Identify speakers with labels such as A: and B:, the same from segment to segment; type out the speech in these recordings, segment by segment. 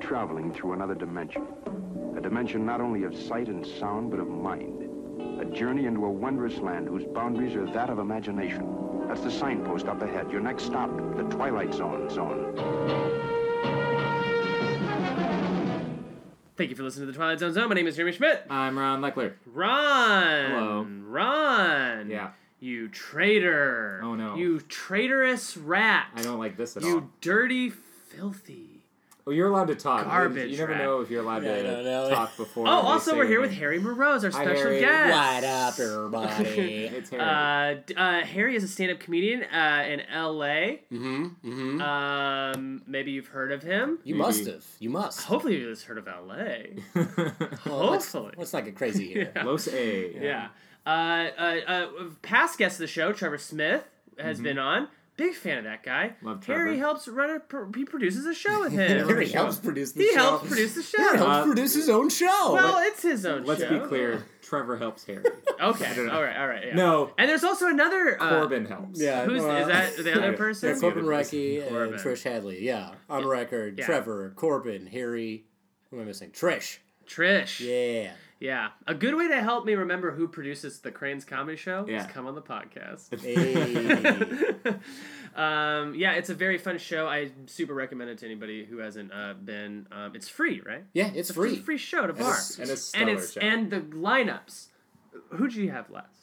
A: traveling through another dimension. A dimension not only of sight and sound, but of mind. A journey into a wondrous land whose boundaries are that of imagination. That's the signpost up ahead. Your next stop, the Twilight Zone. Zone.
B: Thank you for listening to the Twilight Zone Zone. My name is Jeremy Schmidt.
C: I'm Ron Leckler.
B: Mm-hmm. Ron.
C: Hello.
B: Ron.
C: Yeah.
B: You traitor.
C: Oh, no.
B: You traitorous rat.
C: I don't like this at all.
B: You dirty, filthy.
C: Well, you're allowed to talk. You-
B: Garbage
C: You, never
B: rap.
C: know if you're allowed
D: Yeah, I
C: to
D: don't know.
C: talk before.
B: Oh,
C: they
B: also
C: say
B: we're here
C: your
B: with
C: name.
B: Harry Morose, our
C: Hi,
B: special
C: Harry.
B: guest.
D: What up, everybody?
C: It's Harry.
B: Uh, d- uh, Harry is a stand-up comedian uh, in L.A.
D: mm-hmm.
B: Uh,
D: Mm-hmm.
B: Um, maybe you've heard of him.
D: you
C: maybe.
D: must have. You must.
B: Hopefully, you've just heard of L.A.
D: Well, let's-
B: hopefully.
D: Let's not get crazy here.
C: Los A.
B: Yeah. Uh, uh, uh, past guest of the show, Trevor Smith, has been on. Big fan of that guy.
C: Mm-hmm. Love
B: Harry
C: Trevor.
B: helps run a. Pr- he produces a show with him.
D: Harry helps produce the
B: he
D: show.
B: helps produce the show.
D: Harry helps
C: Uh,
D: produce his own show.
B: well, it's his own
C: Let's
B: show.
C: be clear. Trevor helps Harry. I
B: Okay.
C: don't know.
B: All right. All right. Yeah.
C: No,
B: And there's also another. Uh,
C: Corbin helps.
D: yeah.
B: Who's
D: well,
B: is that? The other person?
C: That's the
D: Corbin
C: other person.
D: Recky
B: Corbin.
D: and Trish Hadley. Yeah, on record.
B: Yeah.
D: Trevor, Corbin, Harry. Who am I missing? Trish.
B: Trish.
D: Yeah.
B: Yeah. A good way to help me remember who produces the Cranes Comedy Show is
C: Yeah.
B: come on the podcast.
D: Hey.
B: um, yeah, it's a very fun show. I super recommend it to anybody who hasn't uh, been. Um, it's free, right?
D: yeah, it's
B: It's
D: free.
B: a free show to bar.
C: it's- and it's
B: and it's
C: stellar show.
B: and the lineups. Who do you have last?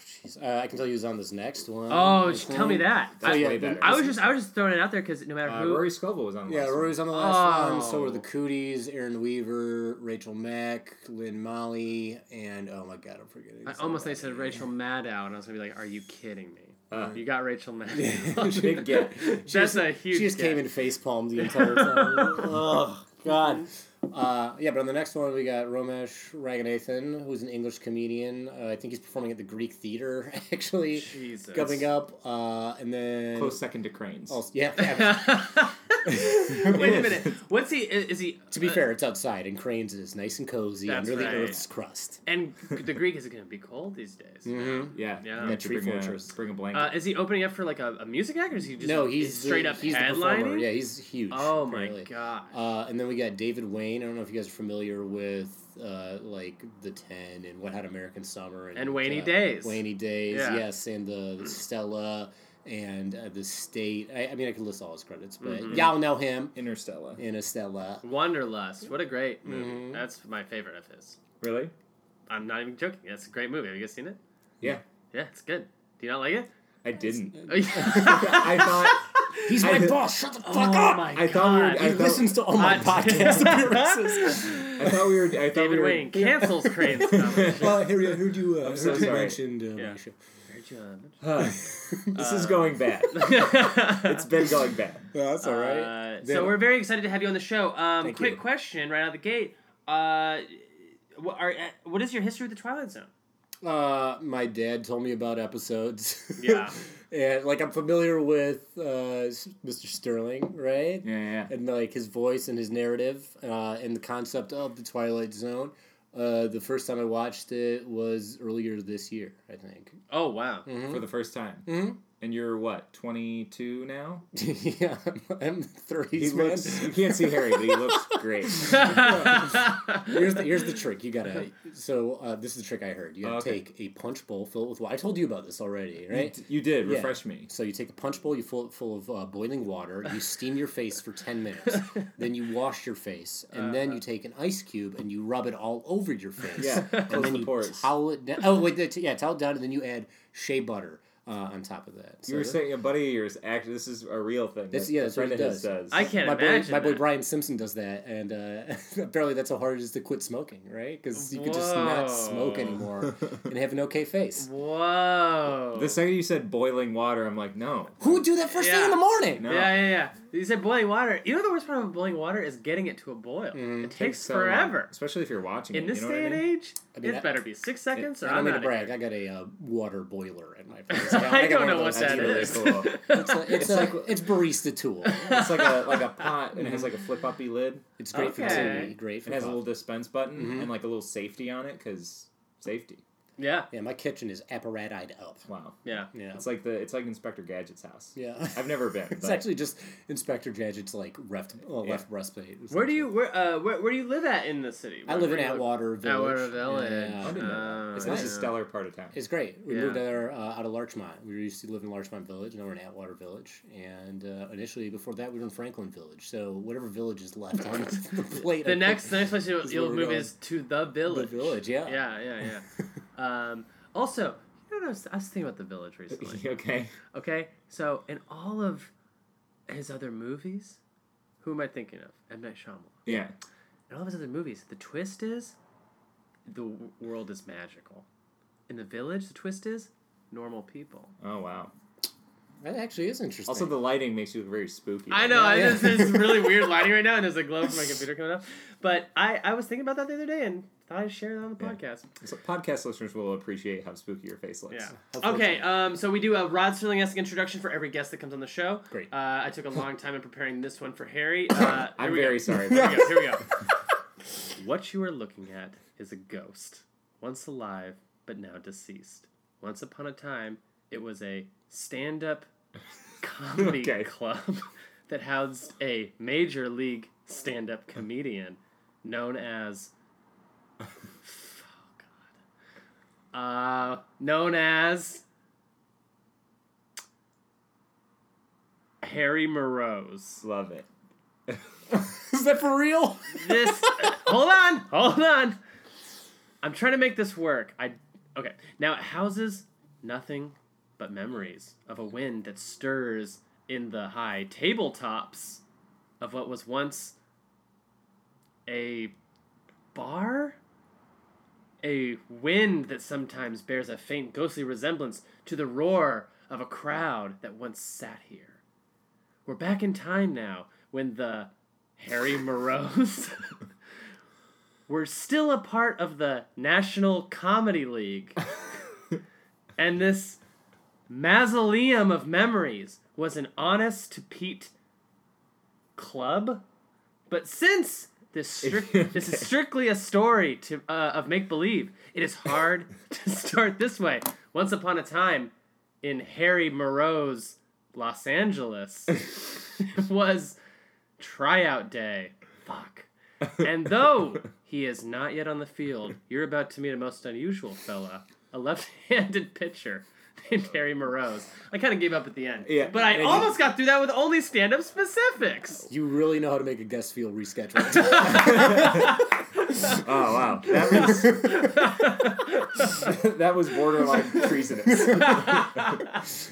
D: Jeez, Uh, I can tell you who's on this next one.
B: Oh,
D: This
B: tell me
D: one.
B: that.
C: That's
B: I,
D: yeah,
C: way
D: then-
C: better.
B: I was just I was just throwing it out there because no matter
C: Uh,
B: who.
C: Rory Scovel was on. the
D: Yeah,
C: last
D: Rory's on the last one. So
B: Oh.
D: were the Cooties, Aaron Weaver, Rachel Mack, Lynn Molly, and oh my god, I'm forgetting.
B: I almost they said Rachel Maddow, and I was gonna be like, "Are you kidding me?
C: Uh.
B: you got Rachel Maddow.
C: one. Big get.
B: That's a huge.
D: She just
B: get.
D: came in face palm the entire time. oh god. Uh, yeah, but on the next one we got Romesh Ranganathan, who's an English comedian. Uh, I think he's performing at the Greek Theater actually
B: Jesus.
D: coming up, uh, and then
C: Close second to Cranes.
D: also, yeah, yeah.
B: Wait a minute. What's he? Is, is he?
D: to be
B: uh,
D: fair, it's outside, and Cranes is nice and cozy
B: That's
D: under the
B: right.
D: Earth's crust.
B: And the Greek is going to be cold these days.
C: Yeah.
B: Yeah.
C: You had to
D: Tree
C: bring
D: Fortress.
C: a, bring a blanket.
B: Uh, is he opening up for like a, a music act, or is he just
D: no, he's
B: straight
D: the,
B: up
D: he's the performer.
B: headlining?
D: Yeah, he's huge.
B: oh my
D: apparently.
B: god.
D: Uh, and then we got David Wayne. I don't know if you guys are familiar with uh, like the Ten and What Hot American Summer
B: And Wainy
D: uh,
B: Days.
D: Wainy Days,
B: Yeah.
D: yes, and the, the Stella and uh, the State. I, I mean, I could list all his credits, but
B: Mhm.
D: y'all know him
C: Interstellar.
D: in Estella.
B: Wanderlust. What a great movie.
D: Mhm.
B: That's my favorite of his.
C: Really?
B: I'm not even joking. That's a great movie. Have you guys seen it?
C: Yeah.
B: Yeah, it's good. Do you not like it?
C: I didn't. I
B: I
C: thought.
D: He's my
C: I-
D: boss. Shut the fuck
B: Oh
D: up.
B: my
C: I thought we were-
B: God.
D: he
C: I thought-
D: listens to all my
B: Uh,
D: podcast appearances.
C: I thought we were. I thought
B: David
C: we were,
B: Wayne cancels Crane's comedy.
D: Well, Harry, I heard you. Uh,
C: I'm so
D: heard you
C: sorry.
D: mentioned uh,
B: Yeah.
D: my show.
B: Very John.
C: Huh. this is going bad. It's been going bad.
D: Yeah, that's all right.
B: Uh,
D: Then-
B: so we're very excited to have you on the show. Um,
D: Thank
B: quick
D: you.
B: question right out of the gate. Uh, what, are, uh, what is your history with the Twilight Zone?
D: Uh, my dad told me about episodes.
B: Yeah.
D: and like I'm familiar with uh, s- Mr. Sterling, right?
C: Yeah, yeah.
D: And like his voice and his narrative uh, and the concept of the Twilight Zone. Uh, the first time I watched it was earlier this year, I think.
B: Oh wow.
D: Mm-hmm.
C: For the first time.
D: Mhm.
C: And you're what? 22 now.
D: yeah, I'm, I'm 30s,
C: He
D: man.
C: looks. You can't see Harry, but he looks great.
D: here's the here's the trick. You gotta. So uh, this is the trick I heard. You gotta
C: Oh, okay.
D: take a punch bowl, fill it with water. I told you about this already, right?
C: You did.
D: Yeah.
C: Refresh me.
D: So you take a punch bowl, you fill it full of uh, boiling water, you steam your face for 10 minutes, then you wash your face, and then you take an ice cube and you rub it all over your face.
C: Uh-huh. Yeah,
D: and
C: close
D: then
C: the
D: you
C: pores.
D: towel it down. Oh, wait, that- yeah, towel it down, and then you add shea butter uh, on top of that. So
C: You were
D: that-
C: saying a buddy of yours. Act. This is a real thing.
D: That's-
C: that
D: yeah,
C: a
D: that's what
C: friend
D: he
C: of his
D: does.
C: does.
B: I can't
D: My boy,
B: imagine.
D: my boy
B: that.
D: Brian Simpson does that, and uh, apparently that's how hard it is to quit smoking, right? Because you could just
B: Whoa.
D: not smoke anymore and have an okay face.
B: Whoa.
C: The second you said boiling water, I'm like, no.
D: Who would do that first thing
B: Yeah.
D: in the morning?
C: No.
B: Yeah, yeah, yeah. You said boiling water. You know the worst part about boiling water is getting it to a boil.
D: Mm-hmm.
B: It takes
D: uh,
C: so long.
B: forever.
C: especially if you're watching.
B: In
C: it,
B: this
C: you know what
B: day
C: I
B: and
C: mean?
B: age,
D: I mean,
B: it
D: I-
B: better be six seconds or
D: I don't
B: I'm
D: mean to
B: not.
D: brag. I got a uh, water boiler in my place.
B: I don't know what
C: That's
B: that
C: really
B: is.
C: cool.
D: It's, a, it's, a, it's barista tool.
C: It's like a like a pot, and it has like a flip uppy lid.
D: It's great for
B: Okay.
D: tea. Great for
C: It has a
D: coffee.
C: Mm-hmm. little dispense button and like a little safety on it because safety.
B: Yeah.
D: Yeah, my kitchen is apparatied up.
C: Wow.
B: Yeah.
D: Yeah.
C: It's like the it's like Inspector Gadget's house.
D: yeah.
C: I've never been.
D: it's
C: but-
D: actually just Inspector Gadget's like left uh,
C: Yeah.
D: left breastplate.
B: Where do you where uh where, where do you live at in the city?
D: I
B: Where-
D: live
B: where
D: in
B: do you
D: Atwater Village.
B: Atwater Village.
D: Yeah.
C: I didn't know
B: Oh,
C: that. It's such
D: yeah.
C: a stellar part of town.
D: It's great. We
B: Yeah.
D: moved there uh, out of Larchmont. We used to live in Larchmont Village, now we're in Atwater Village. And uh, initially, before that, we were in Franklin Village. So whatever village is left on the plate.
B: The next the next place you'll,
D: Is
B: you'll
D: where we're
B: move
D: going.
B: is to the
D: the
B: village.
D: village, yeah.
B: Yeah, yeah, yeah. um, also, you know, what I was, I was thinking about the village recently.
C: okay.
B: Okay, so in all of his other movies, who am I thinking of? M Night Shyamalan.
C: Yeah.
B: In all of his other movies, the twist is the w- world is magical. In the village, the twist is normal people.
C: Oh wow.
D: That actually is interesting.
C: Also, the lighting makes you look very spooky.
B: I know, I
D: Yeah.
B: just there's really weird lighting right now, and there's a glow from my computer coming up. But I, I was thinking about that the other day and thought I'd share it on the
C: Yeah.
B: podcast.
C: So podcast listeners will appreciate how spooky your face looks.
B: Yeah.
D: Hopefully
B: Okay.
D: it's-
B: Um, so we do a Rod Sterling esque introduction for every guest that comes on the show.
D: Great.
B: Uh, I took a long time in preparing this one for Harry. Uh, here
C: I'm
B: we go.
C: very sorry.
B: Here
C: About
B: we go.
C: that.
B: Here we go. what you are looking at is a ghost, once alive but now deceased. Once upon a time, it was a stand-up comedy
C: Okay.
B: club that housed a major league stand-up comedian known as. Oh God. Uh, known as Harry Morose.
C: Love it.
D: is that for real?
B: this hold on hold on i'm trying to make this work i okay now it houses nothing but memories of a wind that stirs in the high tabletops of what was once a bar a wind that sometimes bears a faint ghostly resemblance to the roar of a crowd that once sat here we're back in time now when the Harry Morose were still a part of the National Comedy League. and this mausoleum of memories was an honest to Pete club. But since this, strict, this is strictly a story to, uh, of make believe, it is hard to start this way. Once upon a time in Harry Moreau's Los Angeles was tryout day. Fuck. And though he is not yet on the field, you're about to meet a most unusual fella, a left-handed pitcher named Harry Morose. I kind of gave up at the end.
C: Yeah.
B: But I
C: And-
B: almost got through that with only stand-up specifics.
D: You really know how to make a guest feel rescheduled.
C: Oh wow. That was that was borderline treasonous.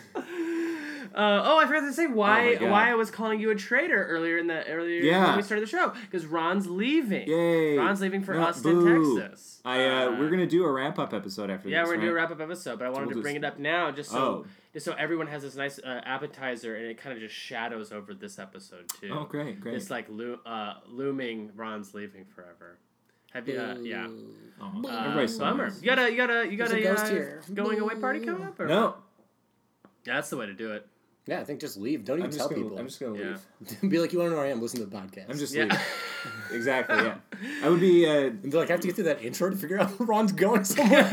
B: Uh, oh, I forgot to say why
C: Oh my God.
B: why I was calling you a traitor earlier in the earlier
C: Yeah.
B: when we started the show because Ron's leaving.
C: Yay.
B: Ron's leaving for
C: No,
B: Austin,
C: boo.
B: Texas.
C: I uh, we're gonna do a wrap up episode after
B: Yeah,
C: this.
B: we're gonna do a
C: right?
B: wrap up episode, but I wanted
C: we'll
B: to bring it
C: just-
B: up now just so
C: Oh.
B: just so everyone has this nice uh, appetizer, and it kind of just shadows over this episode too.
C: Oh great, great.
B: It's like lo- uh, looming Ron's leaving forever. Have you? Uh, yeah.
C: oh,
B: Uh,
C: everybody's so
B: bummer.
C: nice.
B: You got to you got to you got
D: There's a ghost
B: a
D: here.
B: uh, going away party coming up? Or?
C: No,
B: That's the way to do it.
D: yeah, I think just leave. Don't even
C: I'm
D: tell
C: just gonna.
D: people.
C: I'm just gonna
B: Yeah.
C: leave.
D: Be like, you want to know where I am? Listen to the podcast.
C: I'm just
B: Yeah.
C: leaving. exactly. Yeah. I would be. Uh,
D: And they're like, I have to get through that intro to figure out Ron's going somewhere.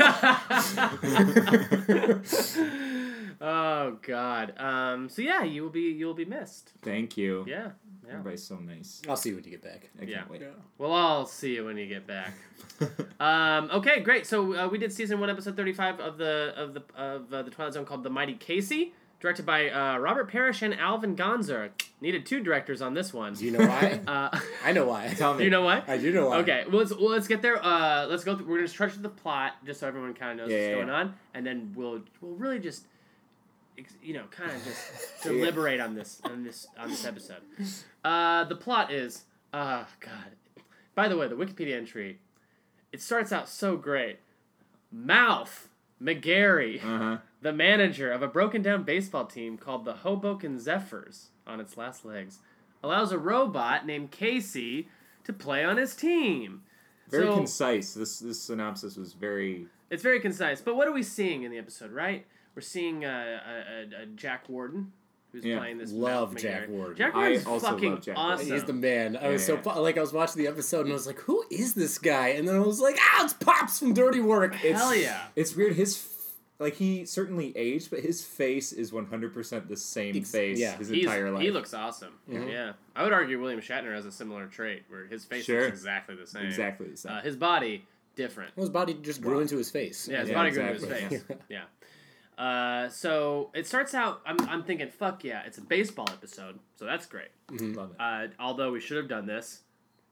B: oh God. Um. So yeah, you will be you will be missed.
C: thank you.
B: Yeah. Yeah.
C: Everybody's so nice.
D: I'll see you when you get back.
C: I can't
B: Yeah.
C: wait.
B: Well, I'll see you when you get back. um, okay, great. So uh, we did season one, episode thirty-five of the of the of uh, the Twilight Zone called "The Mighty Casey," directed by uh, Robert Parrish and Alvin Gonzer. Needed two directors on this one.
D: Do you know why?
B: Uh,
D: I know why.
C: Tell me.
B: you know what?
D: I do know why.
B: Okay, well let's well, let's get there. Uh, let's go. Through, we're gonna structure the plot just so everyone kind of knows
C: Yeah,
B: what's
C: yeah,
B: going
C: yeah.
B: on, and then we'll we'll really just, ex- you know, kind of just deliberate on this on this on this episode. Uh, the plot is, uh, God. By the way, the Wikipedia entry, it starts out so great. Mouth McGarry,
C: Uh huh.
B: the manager of a broken down baseball team called the Hoboken Zephyrs on its last legs, allows a robot named Casey to play on his team.
C: Very
B: so
C: concise. This this synopsis was very.
B: it's very concise. But what are we seeing in the episode, right? We're seeing uh, a, a, a Jack Warden who's
C: Yeah.
B: playing this.
D: Love
B: mouth
D: Jack
B: maker.
D: Ward.
B: Jack
C: I
B: Ward's
C: also love
B: fucking
C: Jack Ward.
B: awesome.
D: He's the man. I was
C: Yeah,
D: so
C: yeah.
D: fu- like I was watching the episode and I was like, "Who is this guy?" And then I was like, "Ah, it's Pops from Dirty Work."
C: It's-
B: Hell yeah.
C: It's weird. His f- like he certainly aged, but his face is one hundred percent the same
D: Ex-
C: face
D: yeah.
C: his
B: He's-
C: entire life.
B: He looks awesome. Yeah, I would argue William Shatner has a similar trait where his face
C: Sure.
B: looks exactly the same.
C: exactly the same.
B: Uh, his body different.
D: His body just grew into his face.
B: Yeah, his
C: Yeah,
B: body grew into
C: exactly.
B: his face. yeah. Uh, so it starts out. I'm, I'm thinking, fuck yeah, it's a baseball episode, so that's great.
D: Mm-hmm,
C: Love it.
B: Uh, although we should have done this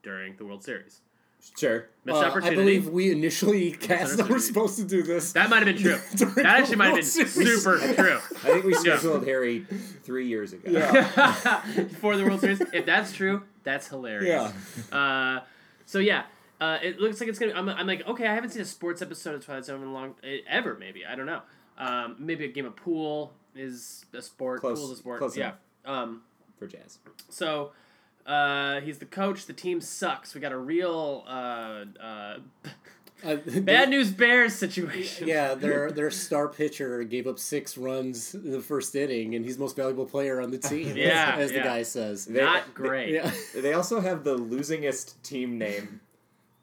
B: during the World Series.
C: sure.
B: Missed
D: Uh, I
B: opportunity.
D: believe we initially cast that we're
B: opportunity.
D: supposed to do this.
B: that might have been true.
D: During
B: that actually
D: the
B: might have been
D: World Series.
B: super true.
C: I think we
B: Yeah.
C: scheduled Harry three years ago.
D: Yeah.
B: For the World Series, if that's true, that's hilarious.
D: yeah.
B: Uh, so yeah, uh, it looks like it's gonna. I'm, I'm like, okay, I haven't seen a sports episode of Twilight Zone in a long eh, ever. Maybe I don't know. Um, maybe a game of pool is a sport.
C: Close-
B: Pool's a sport.
C: close
B: yeah.
C: enough.
B: Um,
C: For jazz.
B: so. Uh, he's the coach. The team sucks. We got a real uh, uh,
D: Uh,
B: bad news bears situation.
D: Yeah, their their star pitcher gave up six runs in the first inning, and he's most valuable player on the team.
B: Yeah,
D: as, as
B: yeah.
D: the guy says.
C: They-
B: not great.
D: yeah.
C: They also have the losingest team name,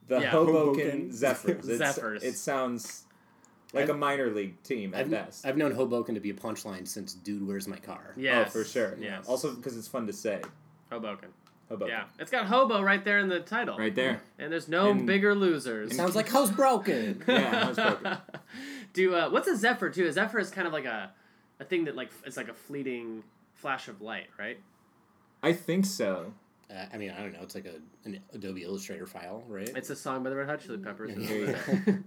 C: the
B: Yeah.
C: Hoboken,
D: Hoboken.
C: Zephyrs. It's-
B: Zephyrs.
C: It sounds like a minor league team at
D: I've,
C: best.
D: I've known Hoboken to be a punchline since "Dude, where's my car?"
B: Yes.
C: Oh, for sure.
B: Yes.
C: Also because it's fun to say.
B: Hoboken.
C: Hoboken.
B: Yeah, it's got hobo right there in the title.
C: Right there.
B: And there's no
C: And-
B: bigger losers.
D: Sounds like house broken. Uh,
C: Yeah, that's perfect.
B: Do uh, what's a zephyr too? A zephyr is kind of like a, a thing that like it's like a fleeting flash of light, right?
C: I think so.
D: Uh, I mean, I don't know. It's like a an Adobe Illustrator file, right?
B: It's a song by the Red Hot Chili Peppers.
C: There you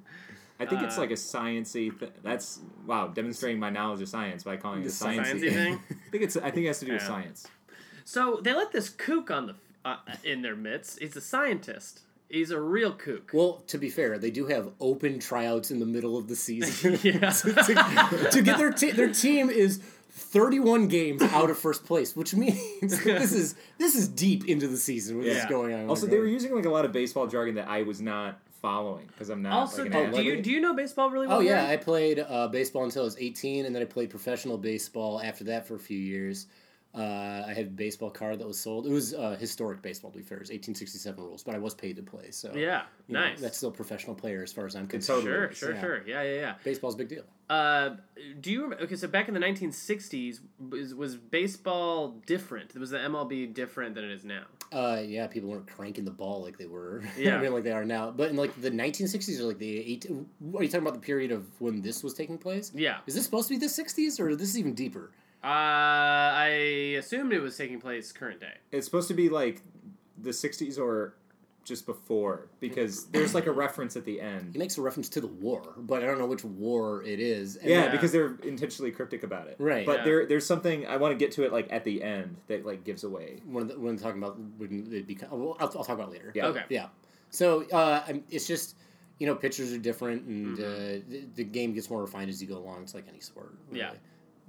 C: I think it's
B: Uh,
C: like a sciency. Th- that's wow, demonstrating my knowledge of science by calling it a
D: The
C: sciency.
B: Sciencey thing.
C: I think it's. I think it has to do with
B: Yeah.
C: science.
B: So they let this kook on the uh, in their midst. He's a scientist. He's a real kook.
D: well, to be fair, they do have open tryouts in the middle of the season.
B: Yeah.
D: to, to get their te- their team is 31 games out of first place, which means this is this is deep into the season. What is
B: Yeah.
D: going on?
C: Also, they were using like a lot of baseball jargon that I was not following because I'm not.
B: also,
C: like, an
B: do,
C: athlete.
B: do you do you know baseball really well?
D: Oh yeah,
B: Larry?
D: I played uh, baseball until I was 18, and then I played professional baseball after that for a few years. Uh, I had a baseball card that was sold. It was uh, historic baseball, to be fair. It was 1867 rules, but I was paid to play. So
B: yeah.
D: you know,
B: Nice.
D: that's still professional player as far as I'm concerned.
C: totally
B: sure,
C: is,
B: sure,
D: yeah.
B: sure. Yeah, yeah, yeah.
D: Baseball's a big deal.
B: Uh, do you remember? Okay, so back in the 1960s, was, was baseball different? Was the MLB different than it is now?
D: Uh, yeah, people weren't cranking the ball like they were.
B: Yeah.
D: I mean, like they are now. But in like the 1960s or like the 18. Are you talking about the period of when this was taking place?
B: Yeah.
D: Is this supposed to be the 60s or this is even deeper?
B: Uh, I assumed it was taking place current day.
C: It's supposed to be like the '60s or just before because there's like a reference at the
D: He
C: end.
D: makes a reference to the war, but I don't know which war it is. And
C: Yeah,
B: Yeah.
C: because they're intentionally cryptic about it.
D: Right.
C: But
B: Yeah.
C: there, there's something I want to get to it like at the end that like gives away.
D: when, the, when talking about when it become, well, I'll, I'll talk about it later.
C: Yeah.
B: Okay.
D: Yeah. So uh, I'm- it's just you know pitchers are different, and
B: Mm-hmm.
D: uh, the, the game gets more refined as you go along. It's like any sport.
B: Yeah.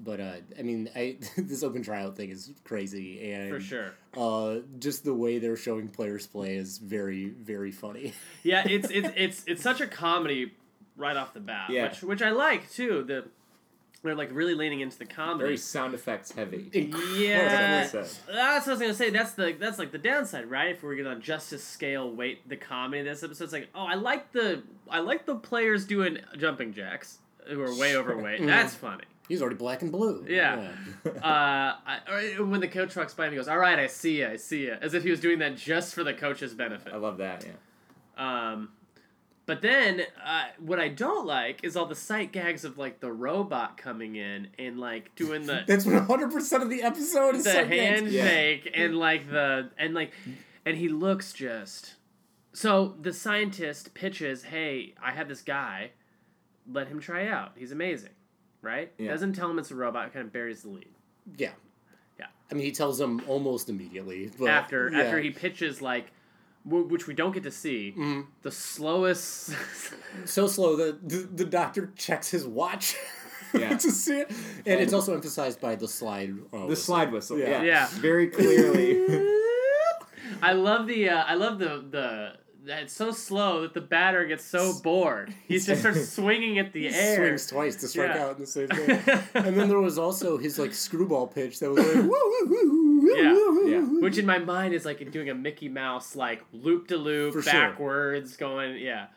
D: But uh, I mean, I this open tryout thing is crazy, and
B: For sure.
D: uh, just the way they're showing players play is very, very funny.
B: Yeah, it's it's it's it's such a comedy right off the bat.
C: Yeah.
B: Which which I like too. The they're like really leaning into the comedy.
C: Very sound effects heavy.
B: Yeah.
C: That's what I said.
B: That's what I was gonna say. That's the that's like the downside, right? If we're gonna justice scale weight the comedy of this episode, it's like, oh, I like the I like the players doing jumping jacks who are way
C: Mm.
B: overweight. That's funny.
D: He's already black and blue.
B: Yeah. Uh, I, or when the coach walks by and he goes, "All right, I see ya, I see ya," as if he was doing that just for the coach's benefit.
C: I love that. Yeah.
B: Um, but then uh, what I don't like is all the sight gags of like the robot coming in and like doing the
D: That's one hundred percent of the episode is
B: the
D: so good.
B: handshake and like the and like and he looks just so the scientist pitches hey i have this guy let him try out he's amazing right
C: Yeah.
B: doesn't tell him it's a robot kind of buries the lead
D: Yeah.
B: Yeah.
D: I mean, he tells them almost immediately. But
B: after
D: yeah.
B: after he pitches like w- which we don't get to see the slowest
D: so slow that the, the doctor checks his watch
C: Yeah.
D: to see it, and, it's
B: Um,
D: also emphasized by the slide. Uh,
C: The slide whistle. Yeah.
D: Yeah.
B: Yeah.
C: Very clearly.
B: I love the uh, I love the the that's so slow that the batter gets so bored. He just starts swinging at the air.
D: Swings twice to strike
B: Yeah.
D: out in the same thing. and then there was also his like screwball pitch that was like woo woo woo woo
B: Yeah.
D: woo, woo
C: Yeah.
D: woo.
B: Which in my mind is like doing a Mickey Mouse like loop de
D: For
B: loop
D: sure.
B: backwards going yeah.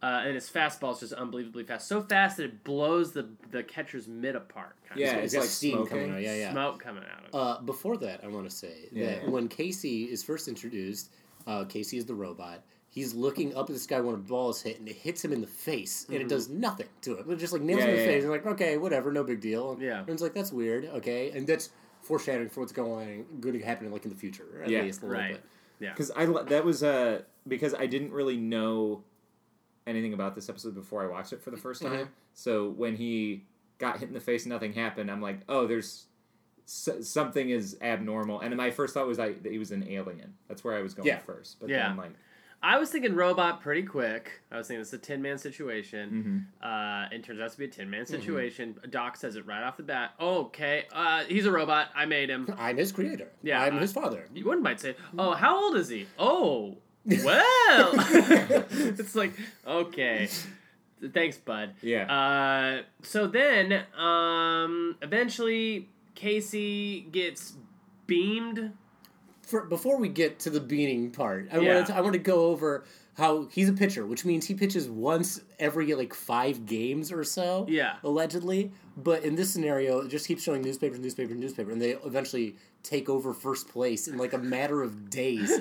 B: Uh, and his fastball is just unbelievably fast, so fast that it blows the the catcher's mid apart. Kind
C: Yeah,
B: of.
D: it's
C: it's
D: got
C: like
D: steam coming
C: smoking.
D: out. Yeah, yeah.
B: smoke coming out of it.
D: Uh, before that, I want to say that
C: Yeah.
D: when Casey is first introduced, uh, Casey is the robot. He's looking up at the sky when a ball is hit, and it hits him in the face, and it does nothing to him. It just like nails
C: Mm-hmm. Yeah,
D: him in the
C: yeah,
D: face. And like, okay, whatever, no big deal.
B: Yeah.
D: And it's like that's weird. Okay, and that's foreshadowing for what's going going to happen like in the future, or at
C: Yeah.
D: least a little
B: Right.
D: bit.
B: yeah.
C: because I li- that was uh because I didn't really know anything about this episode before I watched it for the first
D: Mm-hmm.
C: time. So when he got hit in the face and nothing happened, I'm like, oh, there's s- something is abnormal. And my first thought was I, that he was an alien. That's where I was going
D: Yeah.
C: first. But
B: Yeah.
C: then I'm like,
B: I was thinking robot pretty quick. I was thinking it's a tin man
D: Mm-hmm.
B: situation. Uh, it turns out to be a tin man situation. Doc says it right off the bat. okay, uh, he's a robot. I made him.
D: I'm his creator.
B: Yeah,
D: I'm
B: I-
D: his father.
B: One might say,
D: Hmm.
B: "Oh, how old is he?" Oh, well, it's like okay, thanks, bud.
C: yeah,
B: Uh, so then, um, eventually, Casey gets beamed.
D: for, before we get to the beating part, I
B: Yeah.
D: want to I want to go over how he's a pitcher, which means he pitches once every like five games or so.
B: Yeah.
D: allegedly. But in this scenario, it just keeps showing newspaper, newspaper, newspaper, and they eventually take over first place in like a matter of days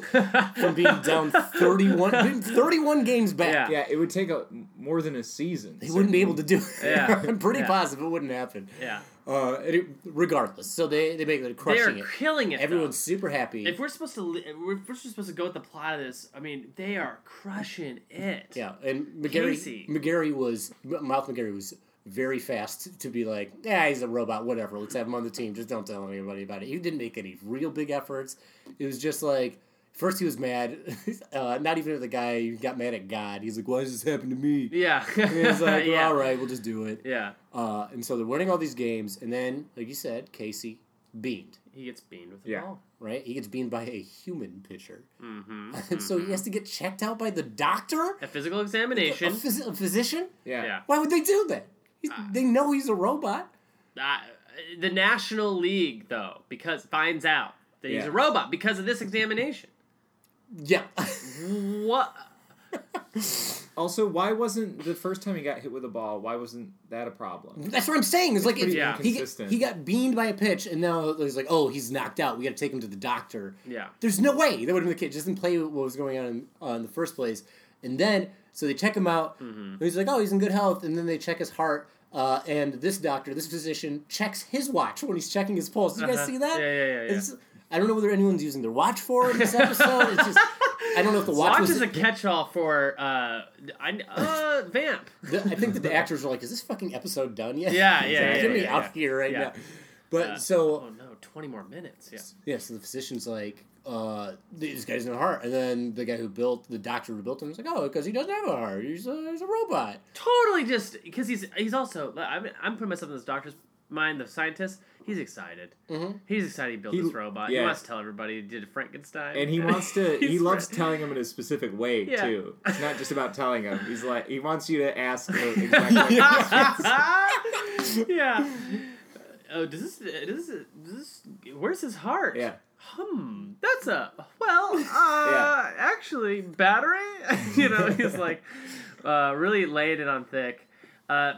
D: from being down 31, being 31 games back.
B: Yeah.
C: yeah. It would take a, more than a season.
D: They wouldn't be able to do it.
B: Yeah.
D: I'm pretty
B: Yeah.
D: positive it wouldn't happen.
B: Yeah,
D: Uh, and it- regardless, so they they make it
B: they are
D: crushing it.
B: killing it. though.
D: Everyone's super happy.
B: If we're supposed to, li- if we're if we're supposed to go with the plot of this. I mean, they are crushing it.
D: Yeah, and McGarry
B: Casey.
D: McGarry was M- Mouth McGarry was very fast to be like, yeah, he's a robot, whatever. Let's have him on the team. Just don't tell anybody about it. He didn't make any real big efforts. It was just like first he was mad, uh, not even at the guy. He got mad at God. He's like, why does this happen to me?
B: yeah.
D: And he's like, well,
B: yeah.
D: all right, we'll just do it.
B: Yeah.
D: Uh, and so they're winning all these games, and then like you said, Casey beamed.
B: He gets beamed with a
C: Yeah.
B: ball.
D: Right, he gets beamed by a human pitcher,
B: Mm-hmm.
D: and so he has to get checked out by the doctor,
B: A physical
D: a,
B: examination.
D: phys- a physician.
C: Yeah.
B: yeah.
D: Why would they do that? He-
B: Ah.
D: they know he's a robot.
B: Uh, the National League, though, because finds out that he's
C: Yeah.
B: a robot because of this examination.
D: Yeah.
B: What?
C: Also, why wasn't the first time he got hit with a ball? Why wasn't that a problem?
D: That's what I'm saying. It's like it,
C: pretty
D: he,
C: inconsistent.
D: he got beamed by a pitch, and now he's like, oh, he's knocked out. We got to take him to the doctor.
B: Yeah.
D: There's no way that would have been the case. Just didn't play what was going on in, uh, in the first place. And then, so they check him out.
B: Mm-hmm.
D: And he's like, oh, he's in good health. And then they check his heart. Uh, and this doctor, this physician, checks his watch when he's checking his pulse. Did you guys
B: Uh-huh.
D: see that?
B: Yeah, yeah, yeah, yeah.
D: It's- I don't know whether anyone's using their watch for it in this episode. it's just, I don't know if the watch,
B: Watch,
D: was
B: is a catch-all for uh, I, uh, vamp.
D: The- I think that the actors were like, "Is this fucking episode done yet?"
B: Yeah,
D: It's
B: yeah,
D: like,
B: yeah,
D: Get
B: yeah,
D: me
B: yeah,
D: out
B: yeah.
D: here right
B: Yeah.
D: now. But
B: Oh
D: so
B: no, twenty more minutes. Yeah.
D: yeah, so the physician's like, uh, "This guy's in a heart," and then the guy who built the doctor who built him is like, "Oh, because he doesn't have a heart. He's a, he's a robot."
B: totally just because he's he's also I'm, I'm putting myself in this doctor's mind the scientist he's excited
D: Mhm.
B: he's excited he built
C: Mm-hmm. He-
B: this robot he
C: yeah.
B: wants to tell everybody he did frankenstein
C: And he wants to. he
B: He's
C: loves
B: fr-
C: telling him in a specific way
B: Yeah.
C: too. It's not just about telling him. He's like he wants you to ask the exact
B: yeah oh does this does this, does this where's his heart
C: Yeah.
B: hmm that's a well uh actually battery you know he's like uh really laying it on thick uh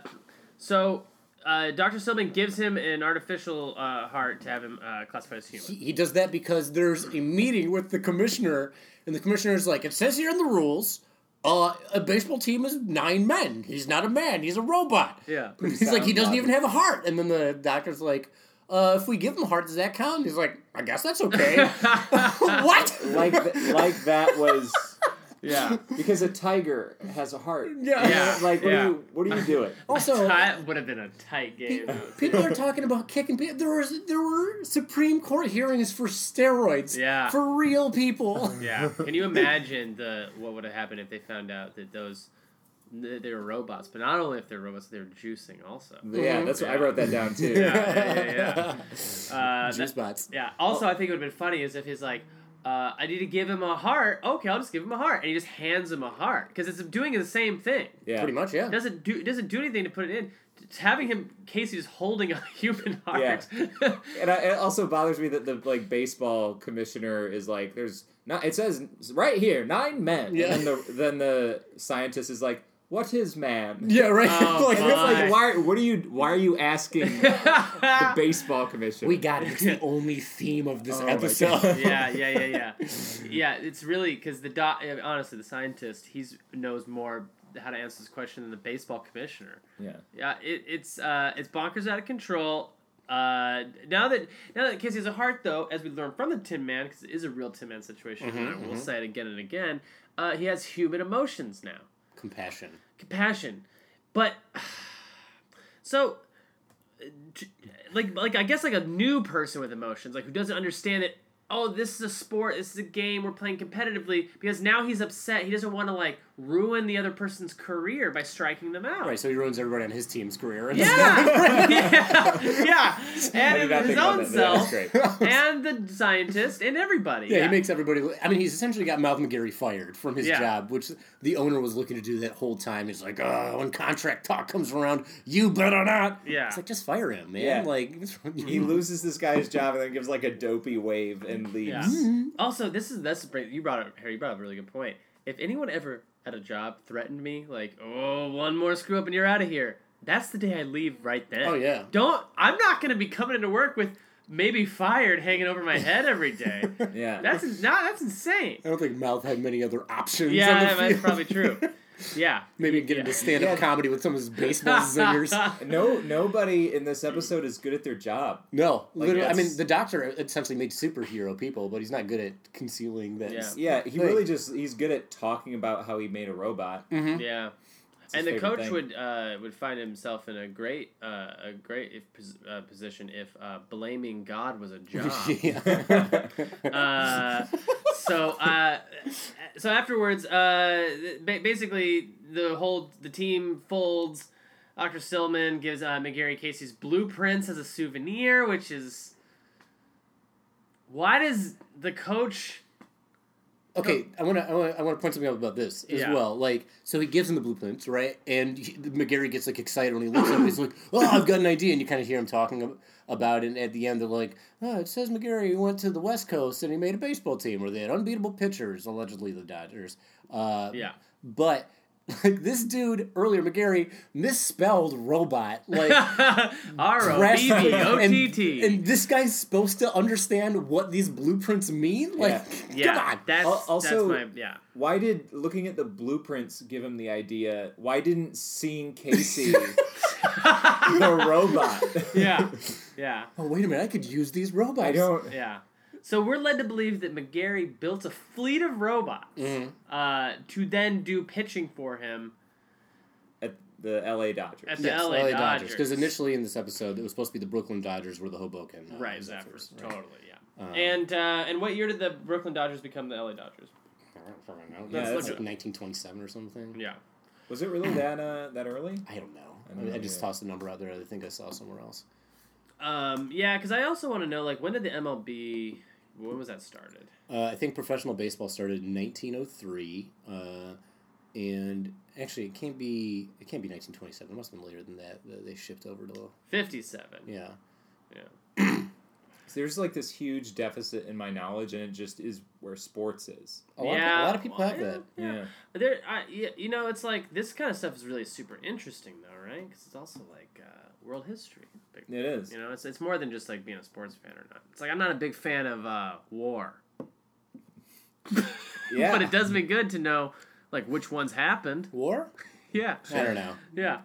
B: so uh, Dr. Silman gives him an artificial uh, heart to have him uh, classified as human.
D: He, he does that because there's a meeting with the commissioner, and the commissioner's like, "It says here in the rules." Uh, a baseball team is nine men. He's not a man. He's a robot.
B: Yeah.
D: He's like, he
C: sound
D: doesn't
C: logic.
D: even have a heart. And then the doctor's like, uh, if we give him a heart, does that count? He's like, I guess that's okay. what?
C: like th- like that was yeah because a tiger has a heart
D: Yeah.
B: Yeah.
C: like what
B: Yeah.
C: are you what are you doing
D: Also,
B: That would have been a tight game.
D: people are talking about kicking people. There was there were Supreme Court hearings for steroids.
B: Yeah.
D: For real people.
B: yeah. Can you imagine the what would have happened if they found out that those that they were robots, but not only if they're robots, they were juicing also.
C: yeah that's what I wrote that down too
B: Yeah, yeah, yeah. yeah. Uh, that-
D: Juice bots.
B: yeah. Also, I think it would have been funny is if he's like, uh, I need to give him a heart. Okay, I'll just give him a heart, and he just hands him a heart because it's doing the same thing.
C: Yeah.
D: Pretty much, yeah.
B: It doesn't do it doesn't do anything to put it in. It's having him Casey just holding a human heart.
C: And I, it also bothers me that the like baseball commissioner is like, there's not. It says right here nine men.
D: Yeah.
C: And then the then the scientist is like, what is man?
D: Yeah, right.
B: Oh,
D: Like,
C: And
D: it's
C: it's
D: like,
C: like, why? What are you? Why are you asking the baseball commissioner?
D: we got it. It's the only theme of this
C: Oh my
D: episode.
C: God.
B: yeah, yeah, yeah, yeah. Yeah, it's really because the doc. Honestly, the scientist he's knows more how to answer this question than the baseball commissioner.
C: yeah.
B: Yeah, it, it's uh, it's bonkers out of control. Uh, now that now that Casey has a heart, though, as we learn from the Tin Man, because it is a real Tin Man situation, and I will say it again and again, uh, he has human emotions now,
D: Compassion.
B: compassion, but so. uh, t- Like, like I guess like a new person with emotions, like who doesn't understand that. Oh, this is a sport. This is a game we're playing competitively. Because now he's upset. He doesn't want to like ruin the other person's career by striking them out.
D: Right, so he ruins everybody on his team's career.
B: Yeah, yeah, yeah.
C: I did
B: And
C: not
B: his own
C: think about that, but that was
B: self,
C: great.
B: and the scientist, and everybody.
D: Yeah, he makes everybody. I mean, he's essentially got Malcolm McGarry fired from his
B: Um, Yeah.
D: job, which the owner was looking to do that whole time. He's like, "Oh, when contract talk comes around, you better not."
B: Yeah. Mm-hmm.
D: it's like just fire him, man.
C: Yeah.
D: Like
C: He loses this guy's job and then gives like a dopey wave and leaves.
B: Yeah. Also, this is that's great. You brought up Harry. You brought up a really good point. If anyone ever at a job threatened me, like, "Oh, one more screw up and you're out of here," that's the day I leave right then.
D: Oh, yeah.
B: Don't. I'm not gonna be coming into work with maybe fired hanging over my head every day.
C: Yeah.
B: that's not. That's insane.
D: I don't think Mouth had many other options. on
B: Yeah,
D: the
B: that's
D: field.
B: probably true. Yeah.
D: Maybe get into stand-up
C: Yeah.
D: comedy with some of his baseball zingers.
C: no, nobody in this episode is good at their job.
D: No, literally. I
C: that's-
D: mean, the doctor essentially made superhero people, but he's not good at concealing that.
B: Yeah.
C: Yeah, he
D: Right.
C: really just he's good at talking about how he made a robot.
B: Yeah.
C: his
B: and the
C: favorite
B: coach
C: thing.
B: would uh, would find himself in a great uh, a great if, pos- uh, position if uh, blaming God was a job. uh, so uh, so afterwards, uh, ba- basically the whole the team folds. Dr. Stillman gives uh, McGarry Casey's blueprints as a souvenir, which is why does the coach?
D: Okay, I want to I want to I want to point something out about this as
B: Uh-huh. Yeah.
D: well. Like, so he gives him the blueprints, right? And he, McGarry gets like excited when he looks up. He's like, "Oh, I've got an idea!" And you kind of hear him talking ab- about it. And at the end, they're like, "Oh, it says McGarry went to the West Coast and he made a baseball team where they had unbeatable pitchers, allegedly the Dodgers." Uh,
B: Yeah,
D: But like this dude earlier, McGarry misspelled robot like.
B: R O B
D: drastically.
B: B O
D: and,
B: T T.
D: and this guy's supposed to understand what these blueprints mean? Like,
B: Yeah,
D: come on.
B: that's
C: Al- also-
B: that's my yeah.
C: Why did looking at the blueprints give him the idea? Why didn't seeing Casey the robot?
B: yeah, yeah,
D: Oh, wait a minute. I could use these robots.
C: I don't.
B: yeah. So we're led to believe that McGarry built a fleet of robots
D: Mm-hmm.
B: uh, to then do pitching for him
C: At the L.A. Dodgers.
B: at the
D: Yes,
B: LA, Dodgers.
D: Because initially in this episode, it was supposed to be the Brooklyn Dodgers were the Hoboken. uh,
B: right,
D: Zappers,
B: Zappers,
D: right. Uh-huh.
B: totally, yeah. and uh, and what year did the Brooklyn Dodgers become the LA Dodgers?
D: I don't fucking know.
C: Yeah,
D: It's
C: that's
D: like
C: a-
D: 1927 or something.
B: Yeah,
C: Was it really that uh, that early?
D: I don't know. I,
C: don't
D: mean, I
C: know
D: just
C: either.
D: tossed a number out there. I think I saw somewhere else.
B: um, yeah. Because I also want to know like when did the MLB? When was that started?
D: Uh, I think professional baseball started in 1903, uh, and actually it can't be it can't be 1927. It must have been later than that. that They shipped over to
B: Fifty-seven. Yeah.
D: yeah.
C: There's like this huge deficit in my knowledge, and it just is where sports is.
D: A lot,
B: Yeah.
D: of, a lot of people have
B: Yeah.
D: that.
B: Yeah.
C: Yeah.
B: There, I, y- you know, it's like this kind of stuff is really super interesting, though, right? Because it's also like uh, world history. Big,
C: It is.
B: You know, it's it's more than just like being a sports fan or not. It's like I'm not a big fan of uh, war,
C: Yeah.
B: but it does me good to know like which ones happened.
D: War?
B: Yeah,
D: I don't know.
B: yeah.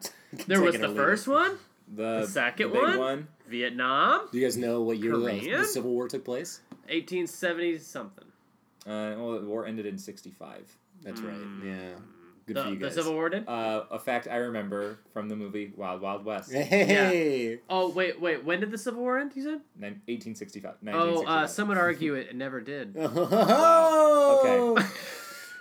B: There
D: Take
B: was
D: it
B: the
D: or leave
B: first one,
C: the,
B: The second
C: the big
B: one?
C: one.
B: it. Vietnam,
D: Do you guys know what year the,
B: Korean?
D: the Civil War took place?
B: 1870 something.
C: Uh, well, the war ended in '65.
D: That's right. Yeah. Good for
B: Mm. The,
D: you
B: the
D: guys.
B: Civil War did.
C: Uh, a fact I remember from the movie Wild Wild West,
D: Hey.
B: oh wait, wait. When did the Civil War end? You said?
C: Nin- 1865.
B: Oh,
C: 1965.
B: uh, some would argue it never did.
D: Oh.
C: Okay.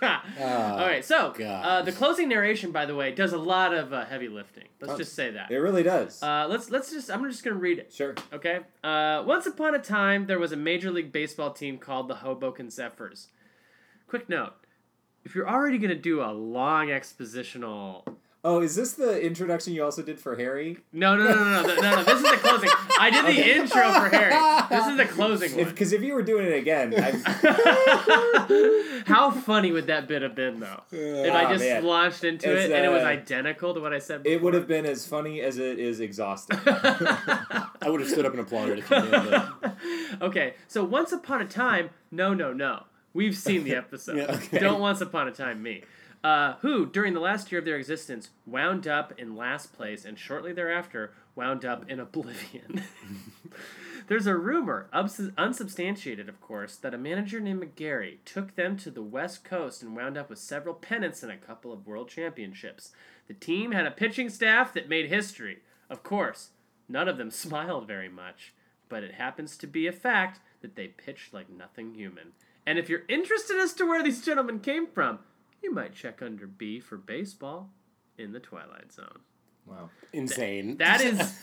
B: All right, so uh,
D: God.
B: the closing narration, by the way, does a lot of uh, heavy lifting. Let's
C: Oh.
B: just say that.
C: It really does.
B: Uh, let's let's just. I'm just gonna read it.
C: sure.
B: Okay. Uh, once upon a time, there was a Major League Baseball team called the Hoboken Zephyrs. Quick note: If you're already gonna do a long expositional,
C: Oh, is this the introduction you also did for Harry?
B: no, no, no, no, no, no, no, This is the closing. I did the intro for Harry. This is the closing one.
C: Because if, you were doing it again, I,
B: How funny would that bit have been, though? If I
C: Ah,
B: just
C: man.
B: launched into
C: It's,
B: it and it was
C: uh,
B: identical to what I said.
C: it
B: Before.
C: would have been as funny as it is exhausting.
D: I would have stood up and applauded if you did. But,
B: okay, so once upon a time, no, no, no. We've seen the episode.
D: Yeah, okay.
B: Don't once upon a time me. Uh, who, during the last year of their existence, wound up in last place and shortly thereafter wound up in oblivion. There's a rumor, ups- unsubstantiated of course, that a manager named McGarry took them to the West Coast and wound up with several pennants and a couple of world championships. The team had a pitching staff that made history. Of course, none of them smiled very much, but it happens to be a fact that they pitched like nothing human. And if you're interested as to where these gentlemen came from, you might check under B for baseball in the Twilight Zone.
C: wow.
D: insane.
B: That is